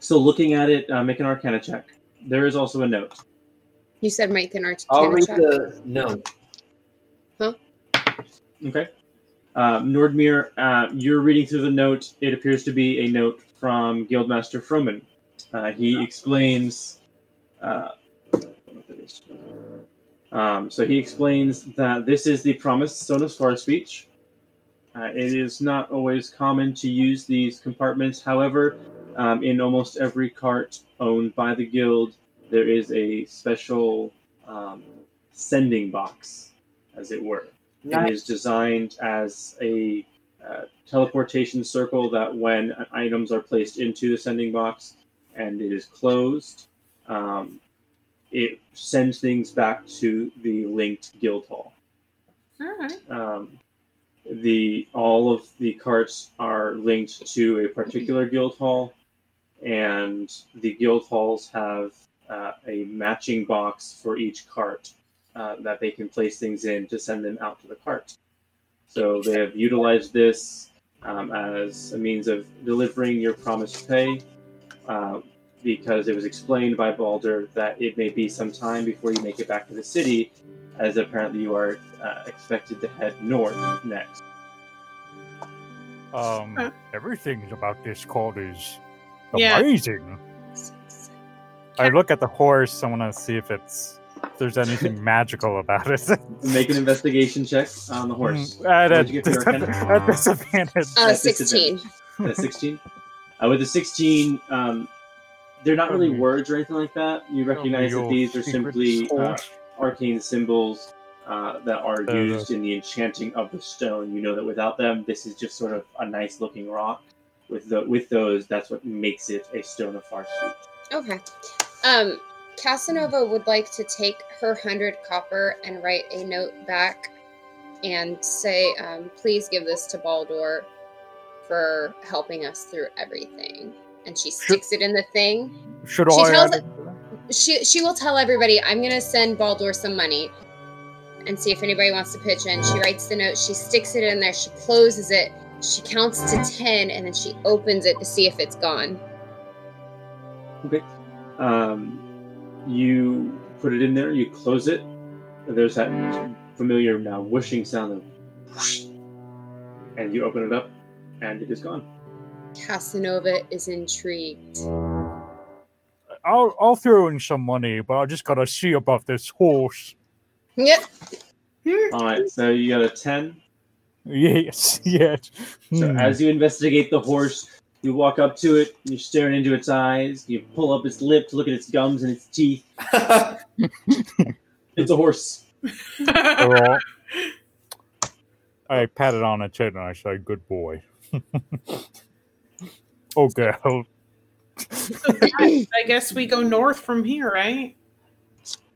Speaker 3: so looking at it, uh, make an Arcana check. There is also a note.
Speaker 2: You said Mike and Arch.
Speaker 12: I'll
Speaker 2: can
Speaker 12: read
Speaker 2: check.
Speaker 12: the no.
Speaker 3: Okay. Um, Nordmir, uh, you're reading through the note. It appears to be a note from Guildmaster Froman. Uh, he explains. Uh, um, so he explains that this is the promised Stone of Star speech. Uh, it is not always common to use these compartments. However, um, in almost every cart owned by the guild, there is a special um, sending box, as it were.
Speaker 6: Nice.
Speaker 3: It is designed as a uh, teleportation circle that when items are placed into the sending box and it is closed, um, it sends things back to the linked guild hall.
Speaker 5: All right.
Speaker 3: Um, the all of the carts are linked to a particular guild hall, and the guild halls have uh, a matching box for each cart uh, that they can place things in to send them out to the cart. So they have utilized this um, as a means of delivering your promised pay, uh, because it was explained by Balder that it may be some time before you make it back to the city, as apparently you are uh, expected to head north next.
Speaker 10: Um, everything about this cult is
Speaker 5: Yeah.
Speaker 10: amazing. I look at the horse. I want to see if it's if there's anything magical about it.
Speaker 3: Make an investigation check on the horse.
Speaker 10: Mm, at,
Speaker 3: What'd
Speaker 10: a-
Speaker 3: you get for your arcana?
Speaker 10: at disadvantage.
Speaker 2: Uh,
Speaker 3: At
Speaker 2: 16.
Speaker 3: disadvantage. At 16? Uh, with the 16, um, they're not really words or anything like that. You recognize
Speaker 10: your
Speaker 3: that these are
Speaker 10: secret
Speaker 3: simply uh,
Speaker 10: source.
Speaker 3: arcane symbols uh, that are
Speaker 10: Uh,
Speaker 3: used in the enchanting of the stone. You know that without them, this is just sort of a nice looking rock. With, the, with those, that's what makes it a stone of far speech.
Speaker 2: Okay. Um, Casanova would like to take her hundred copper and write a note back and say, um, please give this to Baldur for helping us through everything. And she sticks it in the thing.
Speaker 10: Should
Speaker 2: She
Speaker 10: I?
Speaker 2: tells She she will tell everybody, I'm gonna send Baldur some money and see if anybody wants to pitch in. She writes the note, she sticks it in there, she closes it, she counts to ten, and then she opens it to see if it's gone.
Speaker 3: Okay. Um, you put it in there, you close it. There's that familiar now whooshing sound of whoosh. And you open it up, and it is gone.
Speaker 2: Casanova is intrigued.
Speaker 10: I'll I'll throw in some money, but I just gotta see about this horse.
Speaker 2: Yep.
Speaker 3: All right, so you got a 10.
Speaker 10: Yes, yes.
Speaker 3: So
Speaker 10: Hmm.
Speaker 3: as you investigate the horse, you walk up to it, and you're staring into its eyes, you pull up its lip to look at its gums and its teeth. it's a horse.
Speaker 10: They're all- I pat it on the head and I say, "Good boy." oh girl,
Speaker 5: So guys, I guess we go north from here, right?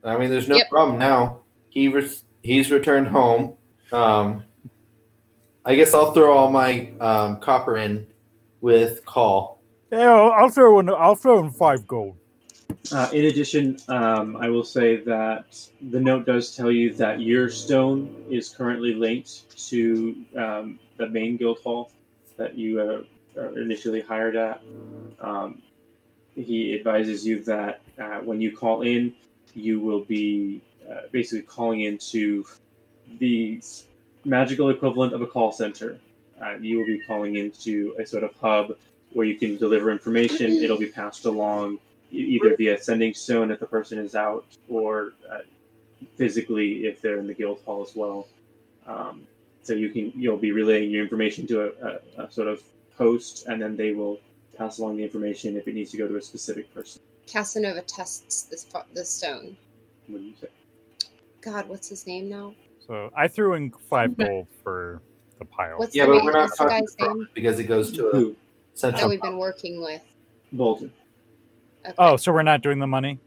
Speaker 12: I mean, there's no
Speaker 5: Yep.
Speaker 12: problem now. He re- he's returned home. Um, I guess I'll throw all my um, copper in with call.
Speaker 10: yeah, I'll, I'll throw in I'll throw in five gold.
Speaker 3: Uh, in addition, um, I will say that the note does tell you that your stone is currently linked to um, the main guild hall that you uh, are initially hired at. Um, he advises you that uh, when you call in, you will be uh, basically calling into the s- magical equivalent of a call center. Uh, you will be calling into a sort of hub where you can deliver information. It'll be passed along e- either via sending stone if the person is out, or uh, physically if they're in the guild hall as well. Um, so you can you'll be relaying your information to a, a, a sort of host, and then they will pass along the information if it needs to go to a specific person.
Speaker 2: Casanova tests this fo- this stone.
Speaker 3: What do you say?
Speaker 2: God, what's his name now?
Speaker 10: So I threw in five gold for the pile.
Speaker 2: What's
Speaker 12: Yeah,
Speaker 2: the
Speaker 12: but
Speaker 2: name
Speaker 12: we're
Speaker 2: of
Speaker 12: not
Speaker 2: this
Speaker 12: talking
Speaker 2: guy's
Speaker 12: profit
Speaker 2: name
Speaker 12: because it goes to
Speaker 3: Who?
Speaker 12: a central.
Speaker 2: that we've been working with?
Speaker 3: Bolton.
Speaker 2: Okay.
Speaker 10: Oh, so we're not doing the money?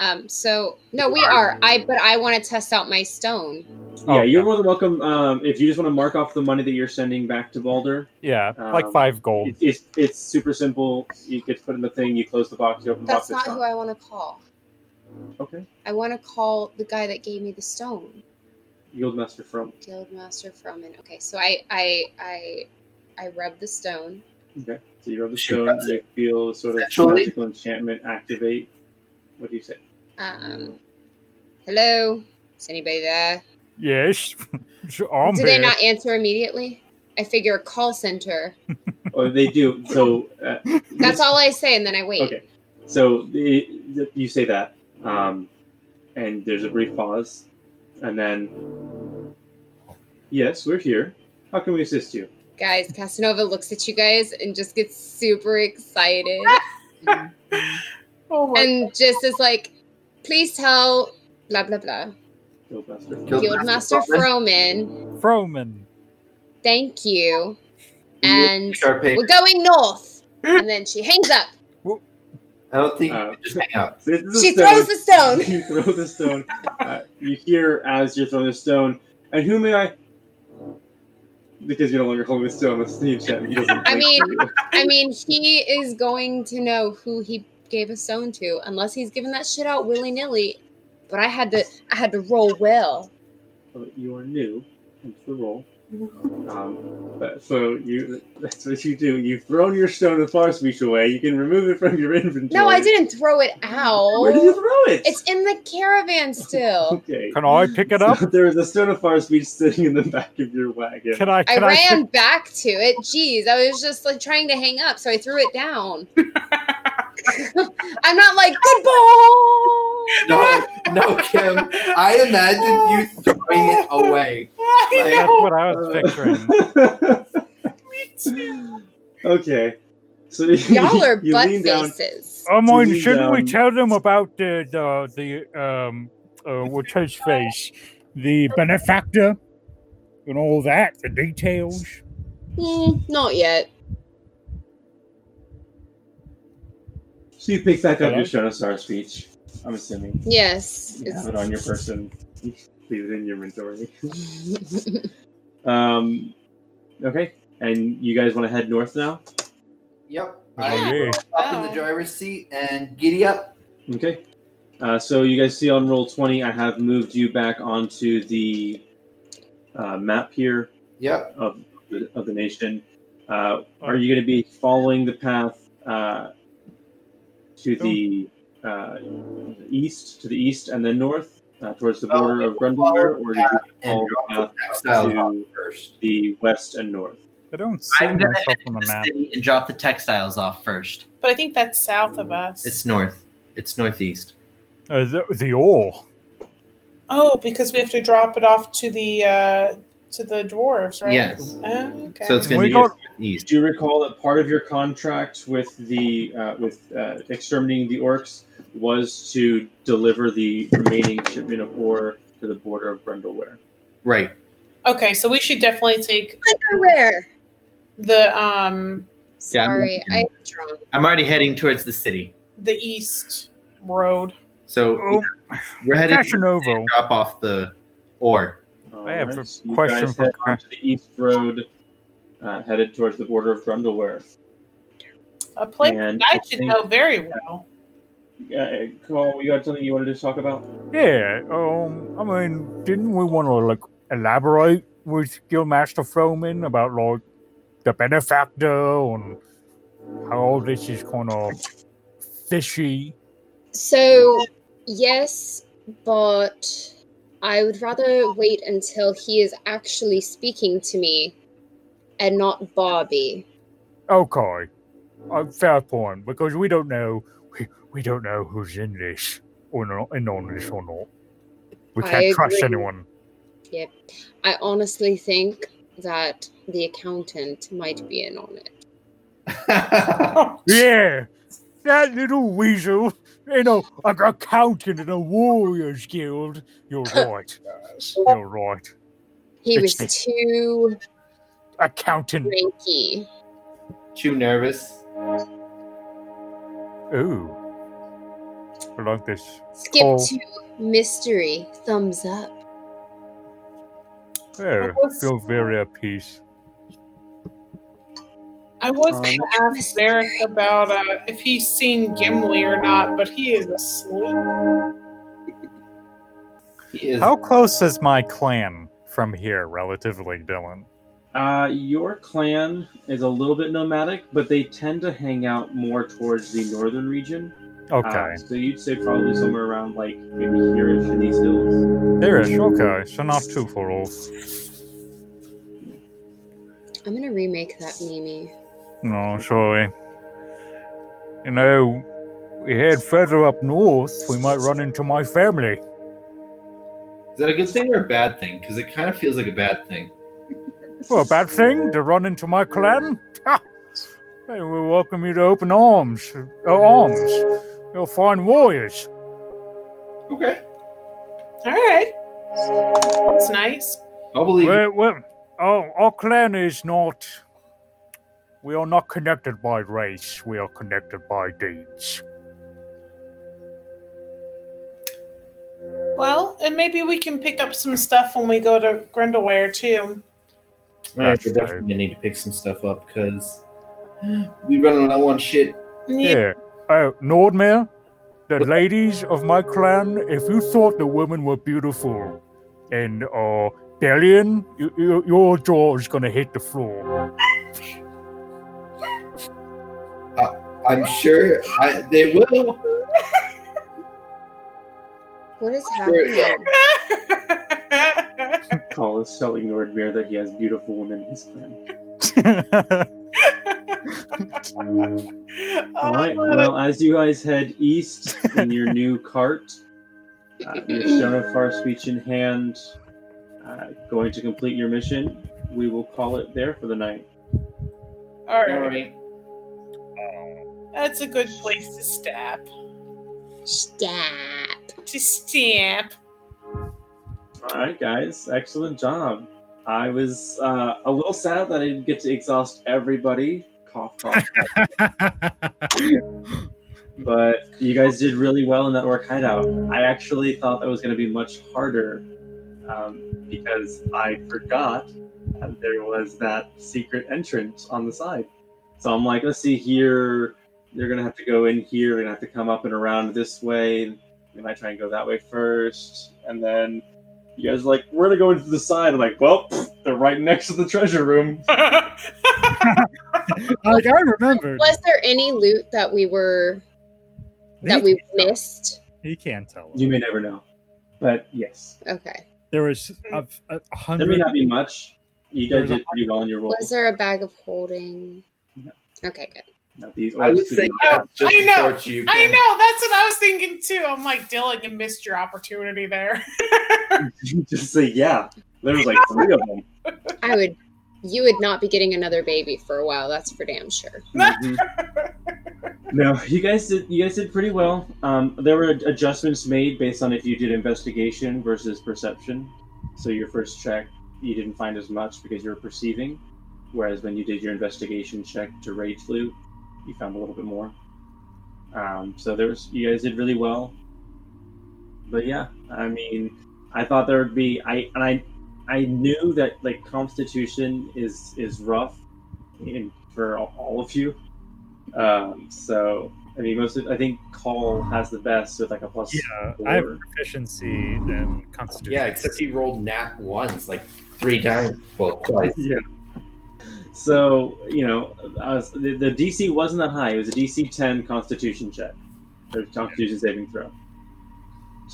Speaker 2: Um. So no, we are. I but I want to test out my stone.
Speaker 3: yeah, you're more than welcome. Um, if you just want to mark off the money that you're sending back to Balder,
Speaker 10: Yeah, like
Speaker 3: Um,
Speaker 10: five gold.
Speaker 3: it, it's it's super simple. You get put in the thing, you close the box, you open the
Speaker 2: That's
Speaker 3: box.
Speaker 2: not
Speaker 3: it's
Speaker 2: who
Speaker 3: gone.
Speaker 2: I want to call.
Speaker 3: Okay,
Speaker 2: I want to call the guy that gave me the stone,
Speaker 3: Guildmaster from.
Speaker 2: Guildmaster Froman. Okay, so I I I I rub the stone.
Speaker 3: Okay, so you rub the
Speaker 12: She
Speaker 3: stone,
Speaker 12: grabs
Speaker 3: you feel a sort of
Speaker 12: Actually-
Speaker 3: magical enchantment activate. What do you say?
Speaker 2: Um. Hello. Is anybody there?
Speaker 10: Yes. I'm
Speaker 2: Do they
Speaker 10: here.
Speaker 2: not answer immediately? I figure a call center.
Speaker 3: Oh, they do. So uh,
Speaker 2: That's all I say, and then I wait.
Speaker 3: Okay. So the, the, you say that, um, and there's a brief pause, and then, yes, we're here. How can we assist you?
Speaker 2: Guys, Casanova looks at you guys and just gets super excited
Speaker 5: Oh my Oh
Speaker 2: and just is like, please tell blah blah blah.
Speaker 3: Guildmaster.
Speaker 2: Guildmaster Froman.
Speaker 7: Froman.
Speaker 2: Thank you. And
Speaker 12: Sharp
Speaker 2: we're
Speaker 12: paper.
Speaker 2: going north. And then she hangs up.
Speaker 12: I don't think
Speaker 3: Uh,
Speaker 12: just hang up.
Speaker 3: This is a
Speaker 2: She throws the stone.
Speaker 3: you throw the stone. Uh, you hear as you're throwing the stone, and who may I? Because you're no longer holding the stone, let's see if Chapman doesn't.
Speaker 2: I mean, I mean, he is going to know who he gave a stone to, unless he's giving that shit out willy nilly. But I had to, I had to roll well.
Speaker 3: But you are new. That's the roll. Um, but, so you that's what you do. You've thrown your stone as far as reach away. You can remove it from your inventory.
Speaker 2: No, I didn't throw it out.
Speaker 3: Where did you throw it?
Speaker 2: It's in the caravan still.
Speaker 3: Okay.
Speaker 7: Can I pick it up?
Speaker 3: So there is a stone of far speed sitting in the back of your wagon.
Speaker 7: Can I?
Speaker 2: I
Speaker 7: Can I?
Speaker 2: ran
Speaker 7: pick-
Speaker 2: back to it. Jeez, I was just like trying to hang up, so I threw it down. I'm not like good ball.
Speaker 12: No, no, Kim. I imagine you throwing it away.
Speaker 5: I
Speaker 7: That's
Speaker 5: know.
Speaker 7: what I was picturing.
Speaker 3: Uh, okay. So you-
Speaker 2: Y'all are
Speaker 3: you
Speaker 2: butt
Speaker 3: lean down.
Speaker 2: faces.
Speaker 7: I mean,
Speaker 3: lean
Speaker 7: shouldn't we
Speaker 3: down.
Speaker 7: tell them about the the the um uh, what's his face, the benefactor, and all that, the details?
Speaker 2: Mm, not yet.
Speaker 3: So you pick back up
Speaker 7: Hello?
Speaker 3: your stone of far speech. I'm assuming
Speaker 2: Yes.
Speaker 3: you
Speaker 2: it's-
Speaker 3: have it on your person. Leave it in your inventory. Um. Okay. And you guys want to head north now?
Speaker 12: Yep.
Speaker 7: Oh,
Speaker 12: I
Speaker 7: yeah.
Speaker 12: hop in the driver's seat and giddy up.
Speaker 3: Okay. Uh, so you guys see on roll twenty, I have moved you back onto the uh, map here
Speaker 12: Yep.
Speaker 3: of the, of the nation. Uh, are you going to be following the path uh, to the uh, east, to the east, and then north uh, towards the border of Grundwalder, or do you
Speaker 12: And
Speaker 3: follow the
Speaker 12: drop
Speaker 3: path
Speaker 12: the textile
Speaker 3: to-
Speaker 12: off first.
Speaker 3: the west and north?
Speaker 7: I don't see
Speaker 8: I'm gonna
Speaker 7: myself on the
Speaker 8: the
Speaker 7: map.
Speaker 8: city and drop the textiles off first.
Speaker 5: But I think that's south of us.
Speaker 8: It's north. It's northeast.
Speaker 7: Uh, the, the ore.
Speaker 5: oh, because we have to drop it off to the uh, to the dwarves, right?
Speaker 8: Yes.
Speaker 5: Oh, okay.
Speaker 8: So it's going
Speaker 7: We
Speaker 8: to be
Speaker 7: got-
Speaker 8: east.
Speaker 3: Do you recall that part of your contract with the uh, with uh, exterminating the orcs was to deliver the remaining shipment of ore to the border of Grendelware?
Speaker 8: Right.
Speaker 5: okay. So we should definitely take
Speaker 2: Where?
Speaker 5: the um
Speaker 8: Yeah, I'm
Speaker 2: Sorry, I am drunk.
Speaker 8: I'm already heading towards the city.
Speaker 5: the east road.
Speaker 8: So
Speaker 7: Oh,
Speaker 8: we're heading
Speaker 7: Casanovo.
Speaker 8: to drop off the ore.
Speaker 3: All
Speaker 7: I have a
Speaker 3: you
Speaker 7: question
Speaker 3: guys
Speaker 7: for
Speaker 3: head
Speaker 7: Cra-
Speaker 3: onto the east road, uh, headed towards the border of Grundleware.
Speaker 5: A place
Speaker 3: And
Speaker 5: I
Speaker 3: I
Speaker 5: should
Speaker 3: think-
Speaker 5: know very well.
Speaker 3: Uh, Cole, you got something you wanted to talk about?
Speaker 7: Yeah. Um. I mean, didn't we want to like elaborate with Guildmaster Froman about like the benefactor and how all this is kind of fishy?
Speaker 2: So yes, but I would rather wait until he is actually speaking to me, and not Bobby.
Speaker 7: Okay. Uh, fair point, because we don't know we, we don't know who's in this or not in on this or not. We
Speaker 2: I
Speaker 7: can't trust
Speaker 2: agree.
Speaker 7: anyone.
Speaker 2: I honestly think that the accountant might be in on it.
Speaker 7: Yeah, that little weasel. You know, like a accountant in a warriors guild. You're right. You're right.
Speaker 2: He was
Speaker 7: It's-
Speaker 2: too
Speaker 7: Accountant.
Speaker 2: cranky.
Speaker 12: Too nervous.
Speaker 7: Ooh, I like this.
Speaker 2: Skip
Speaker 7: Oh.
Speaker 2: to mystery. Thumbs up.
Speaker 7: There, feel very at peace.
Speaker 5: I was
Speaker 3: Um,
Speaker 5: going to ask Derek about uh, if he's seen Gimli or not, but he is asleep.
Speaker 12: He is
Speaker 7: How close is my clan from here, relatively, Dylan?
Speaker 3: Uh, your clan is a little bit nomadic, but they tend to hang out more towards the northern region. Uh,
Speaker 7: Okay,
Speaker 3: so you'd say probably somewhere around like maybe here in these hills.
Speaker 7: there is. Okay, so not too far off.
Speaker 2: I'm gonna remake that Mimi.
Speaker 7: No, sorry. You know, we head further up north, we might run into my family.
Speaker 12: Is that a good thing or a bad thing? Because it kind of feels like a bad thing.
Speaker 7: Well, bad thing to run into my clan. Ha! They will welcome you to open arms. Oh, arms. You'll find warriors.
Speaker 12: Okay.
Speaker 5: All right. It's nice.
Speaker 12: I believe.
Speaker 7: Well, well, oh, our clan is not. We are not connected by race. We are connected by deeds.
Speaker 5: Well, and maybe we can pick up some stuff when we go to Grindelware too.
Speaker 12: Yeah, we're definitely gonna need to pick some stuff up because we running low on shit.
Speaker 7: Yeah. Oh, Nordmere, the ladies of my clan, if you thought the women were beautiful, and uh, Delian, you, you, your jaw is gonna hit the floor.
Speaker 12: I'm sure I, they will.
Speaker 2: What is happening?
Speaker 3: Call is telling Nordmere that he has beautiful women in his clan. All right.
Speaker 7: Oh.
Speaker 3: Well, as you guys head east in your new cart, uh, your stone of far speech in hand, uh, going to complete your mission, we will call it there for the night.
Speaker 5: All right. That's a good place to stop.
Speaker 2: Stop.
Speaker 5: To stamp.
Speaker 3: All right, guys. Excellent job. I was uh, a little sad that I didn't get to exhaust everybody. Cough, cough. cough. but you guys did really well in that orc hideout. I actually thought that was going to be much harder um, because I forgot that there was that secret entrance on the side. So I'm like, let's see here. They're going to have to go in here. They're going to have to come up and around this way. They might try and go that way first. And then you guys are like, we're going to go into the side. I'm like, well, pfft, they're right next to the treasure room.
Speaker 7: Like I remembered.
Speaker 2: Was there any loot that we were that we missed?
Speaker 7: He can tell.
Speaker 3: You may never know. But yes,
Speaker 2: Okay.
Speaker 7: There was a, a a
Speaker 3: there may
Speaker 7: hundred.
Speaker 3: not be much. You guys did pretty well in your role.
Speaker 2: Was there a bag of holding? Okay, good.
Speaker 3: Not these
Speaker 12: I would
Speaker 3: orcs
Speaker 12: say
Speaker 3: did
Speaker 12: yeah, just
Speaker 5: I know.
Speaker 12: support you.
Speaker 5: I know. That's what I was thinking too. I'm like, Dylan, you missed your opportunity there.
Speaker 3: You just say yeah. There was like three of them.
Speaker 2: I would. You would not be getting another baby for a while. That's for damn sure.
Speaker 3: No, you guys did. You guys did pretty well. Um, there were ad- adjustments made based on if you did investigation versus perception. So your first check, you didn't find as much because you were perceiving, whereas when you did your investigation check to rage loot, you found a little bit more. Um, so there was. You guys did really well. But yeah, I mean, I thought there would be. I and I, I knew that like Constitution is is rough, in, for all- all of you. Um, so I mean, most of, I think Call has the best with like a plus.
Speaker 7: Yeah,
Speaker 3: four.
Speaker 7: I have proficiency in Constitution.
Speaker 12: Yeah, except he rolled nat ones like three times. Well, twice.
Speaker 3: yeah. So you know, I was, the, the DC wasn't that high. It was a DC 10 Constitution check or Constitution saving throw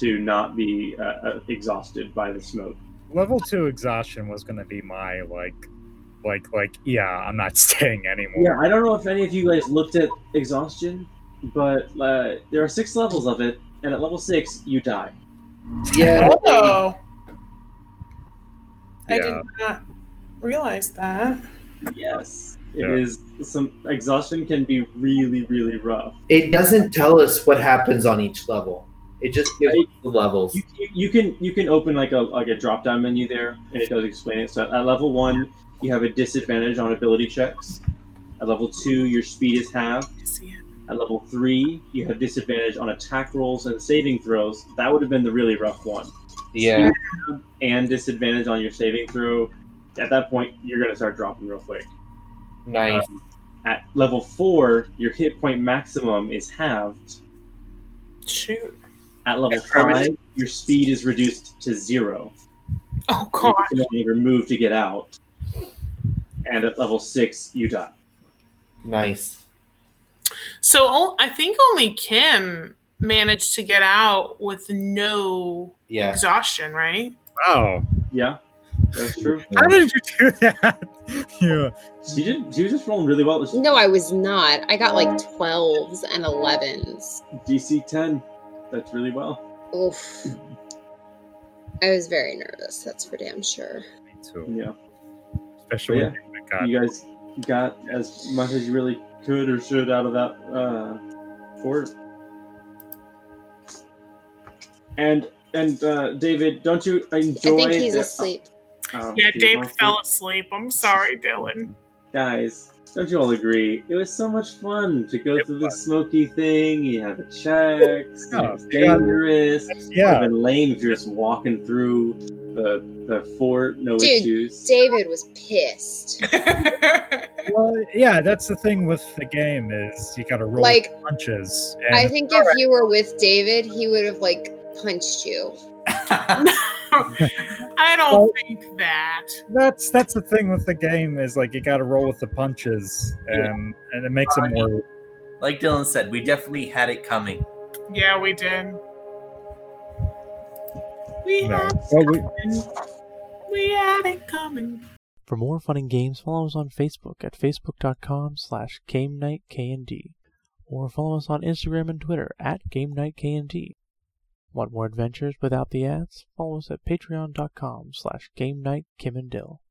Speaker 3: to not be uh, uh, exhausted by the smoke.
Speaker 7: level two exhaustion was gonna be my like, like, like. Yeah, I'm not staying
Speaker 3: Yeah,
Speaker 7: anymore.
Speaker 3: I don't know if any of you guys looked at exhaustion, but uh, there are six levels of it, and at level six you die.
Speaker 12: Yeah.
Speaker 5: Oh, I
Speaker 7: Yeah.
Speaker 5: did not realize that.
Speaker 3: Yes, it
Speaker 7: Yeah.
Speaker 3: is. Some exhaustion can be really, really rough.
Speaker 12: It doesn't tell us what happens on each level. It just gives us the levels.
Speaker 3: You, you, you can you can open like a like a drop down menu there, and it does explain it. So at level one, you have a disadvantage on ability checks. At level two, your speed is halved. At level three, you have disadvantage on attack rolls and saving throws. That would have been the really rough one.
Speaker 12: Yeah.
Speaker 3: And disadvantage on your saving throw. At that point, you're gonna start dropping real quick. Uh,
Speaker 12: Nice.
Speaker 3: At level four, your hit point maximum is halved.
Speaker 5: Shoot.
Speaker 3: At level five, your speed is reduced to zero.
Speaker 5: Oh
Speaker 3: You
Speaker 5: God.
Speaker 3: can only move to get out. And at level six, you die.
Speaker 12: Nice.
Speaker 5: So o- I think only Kim managed to get out with no
Speaker 12: Yeah.
Speaker 5: exhaustion, right?
Speaker 7: Wow,
Speaker 3: Yeah, that's true.
Speaker 7: how did you do that? yeah,
Speaker 3: She did. She was just rolling really well. It was
Speaker 2: No, I was not. I got like 12s and 11s.
Speaker 3: DC ten. That's really well.
Speaker 2: Oof. I was very nervous. That's for damn sure.
Speaker 7: me too.
Speaker 3: Yeah,
Speaker 7: Especially
Speaker 3: Yeah.
Speaker 7: when I got
Speaker 3: you guys got as much as you really could or should out of that uh, fort. And And uh, David, don't you enjoy?
Speaker 5: I think he's
Speaker 3: the-
Speaker 5: asleep.
Speaker 3: Oh,
Speaker 5: Yeah,
Speaker 3: he's
Speaker 5: Dave
Speaker 3: awesome.
Speaker 5: fell asleep. I'm sorry, Dylan.
Speaker 3: Guys, don't you all agree? It was so much fun to go through the smoky thing. You have a check.
Speaker 5: Yeah,
Speaker 3: it's dangerous.
Speaker 7: Yeah.
Speaker 3: Would've been lame if you're just walking through the the fort, no
Speaker 2: Dude,
Speaker 3: issues.
Speaker 2: David was pissed.
Speaker 7: Well, yeah, that's the thing with the game is you got to roll
Speaker 2: Like,
Speaker 7: punches.
Speaker 2: I think if you were with David, he would have like punched you.
Speaker 5: I don't think that.
Speaker 7: that's that's the thing with the game is like you got to roll with the punches, and and it makes
Speaker 2: Uh,
Speaker 7: it more.
Speaker 8: Like Dylan said, we definitely had it coming.
Speaker 5: Yeah, we did. We
Speaker 4: No.
Speaker 5: had it
Speaker 4: Well, we-
Speaker 5: coming. We had it coming.
Speaker 4: For more fun and games, follow us on Facebook at facebook.com slash game night KND, or follow us on Instagram and Twitter at game night KND. Want more adventures without the ads? Follow us at patreon.com slash game night Kim and Dill.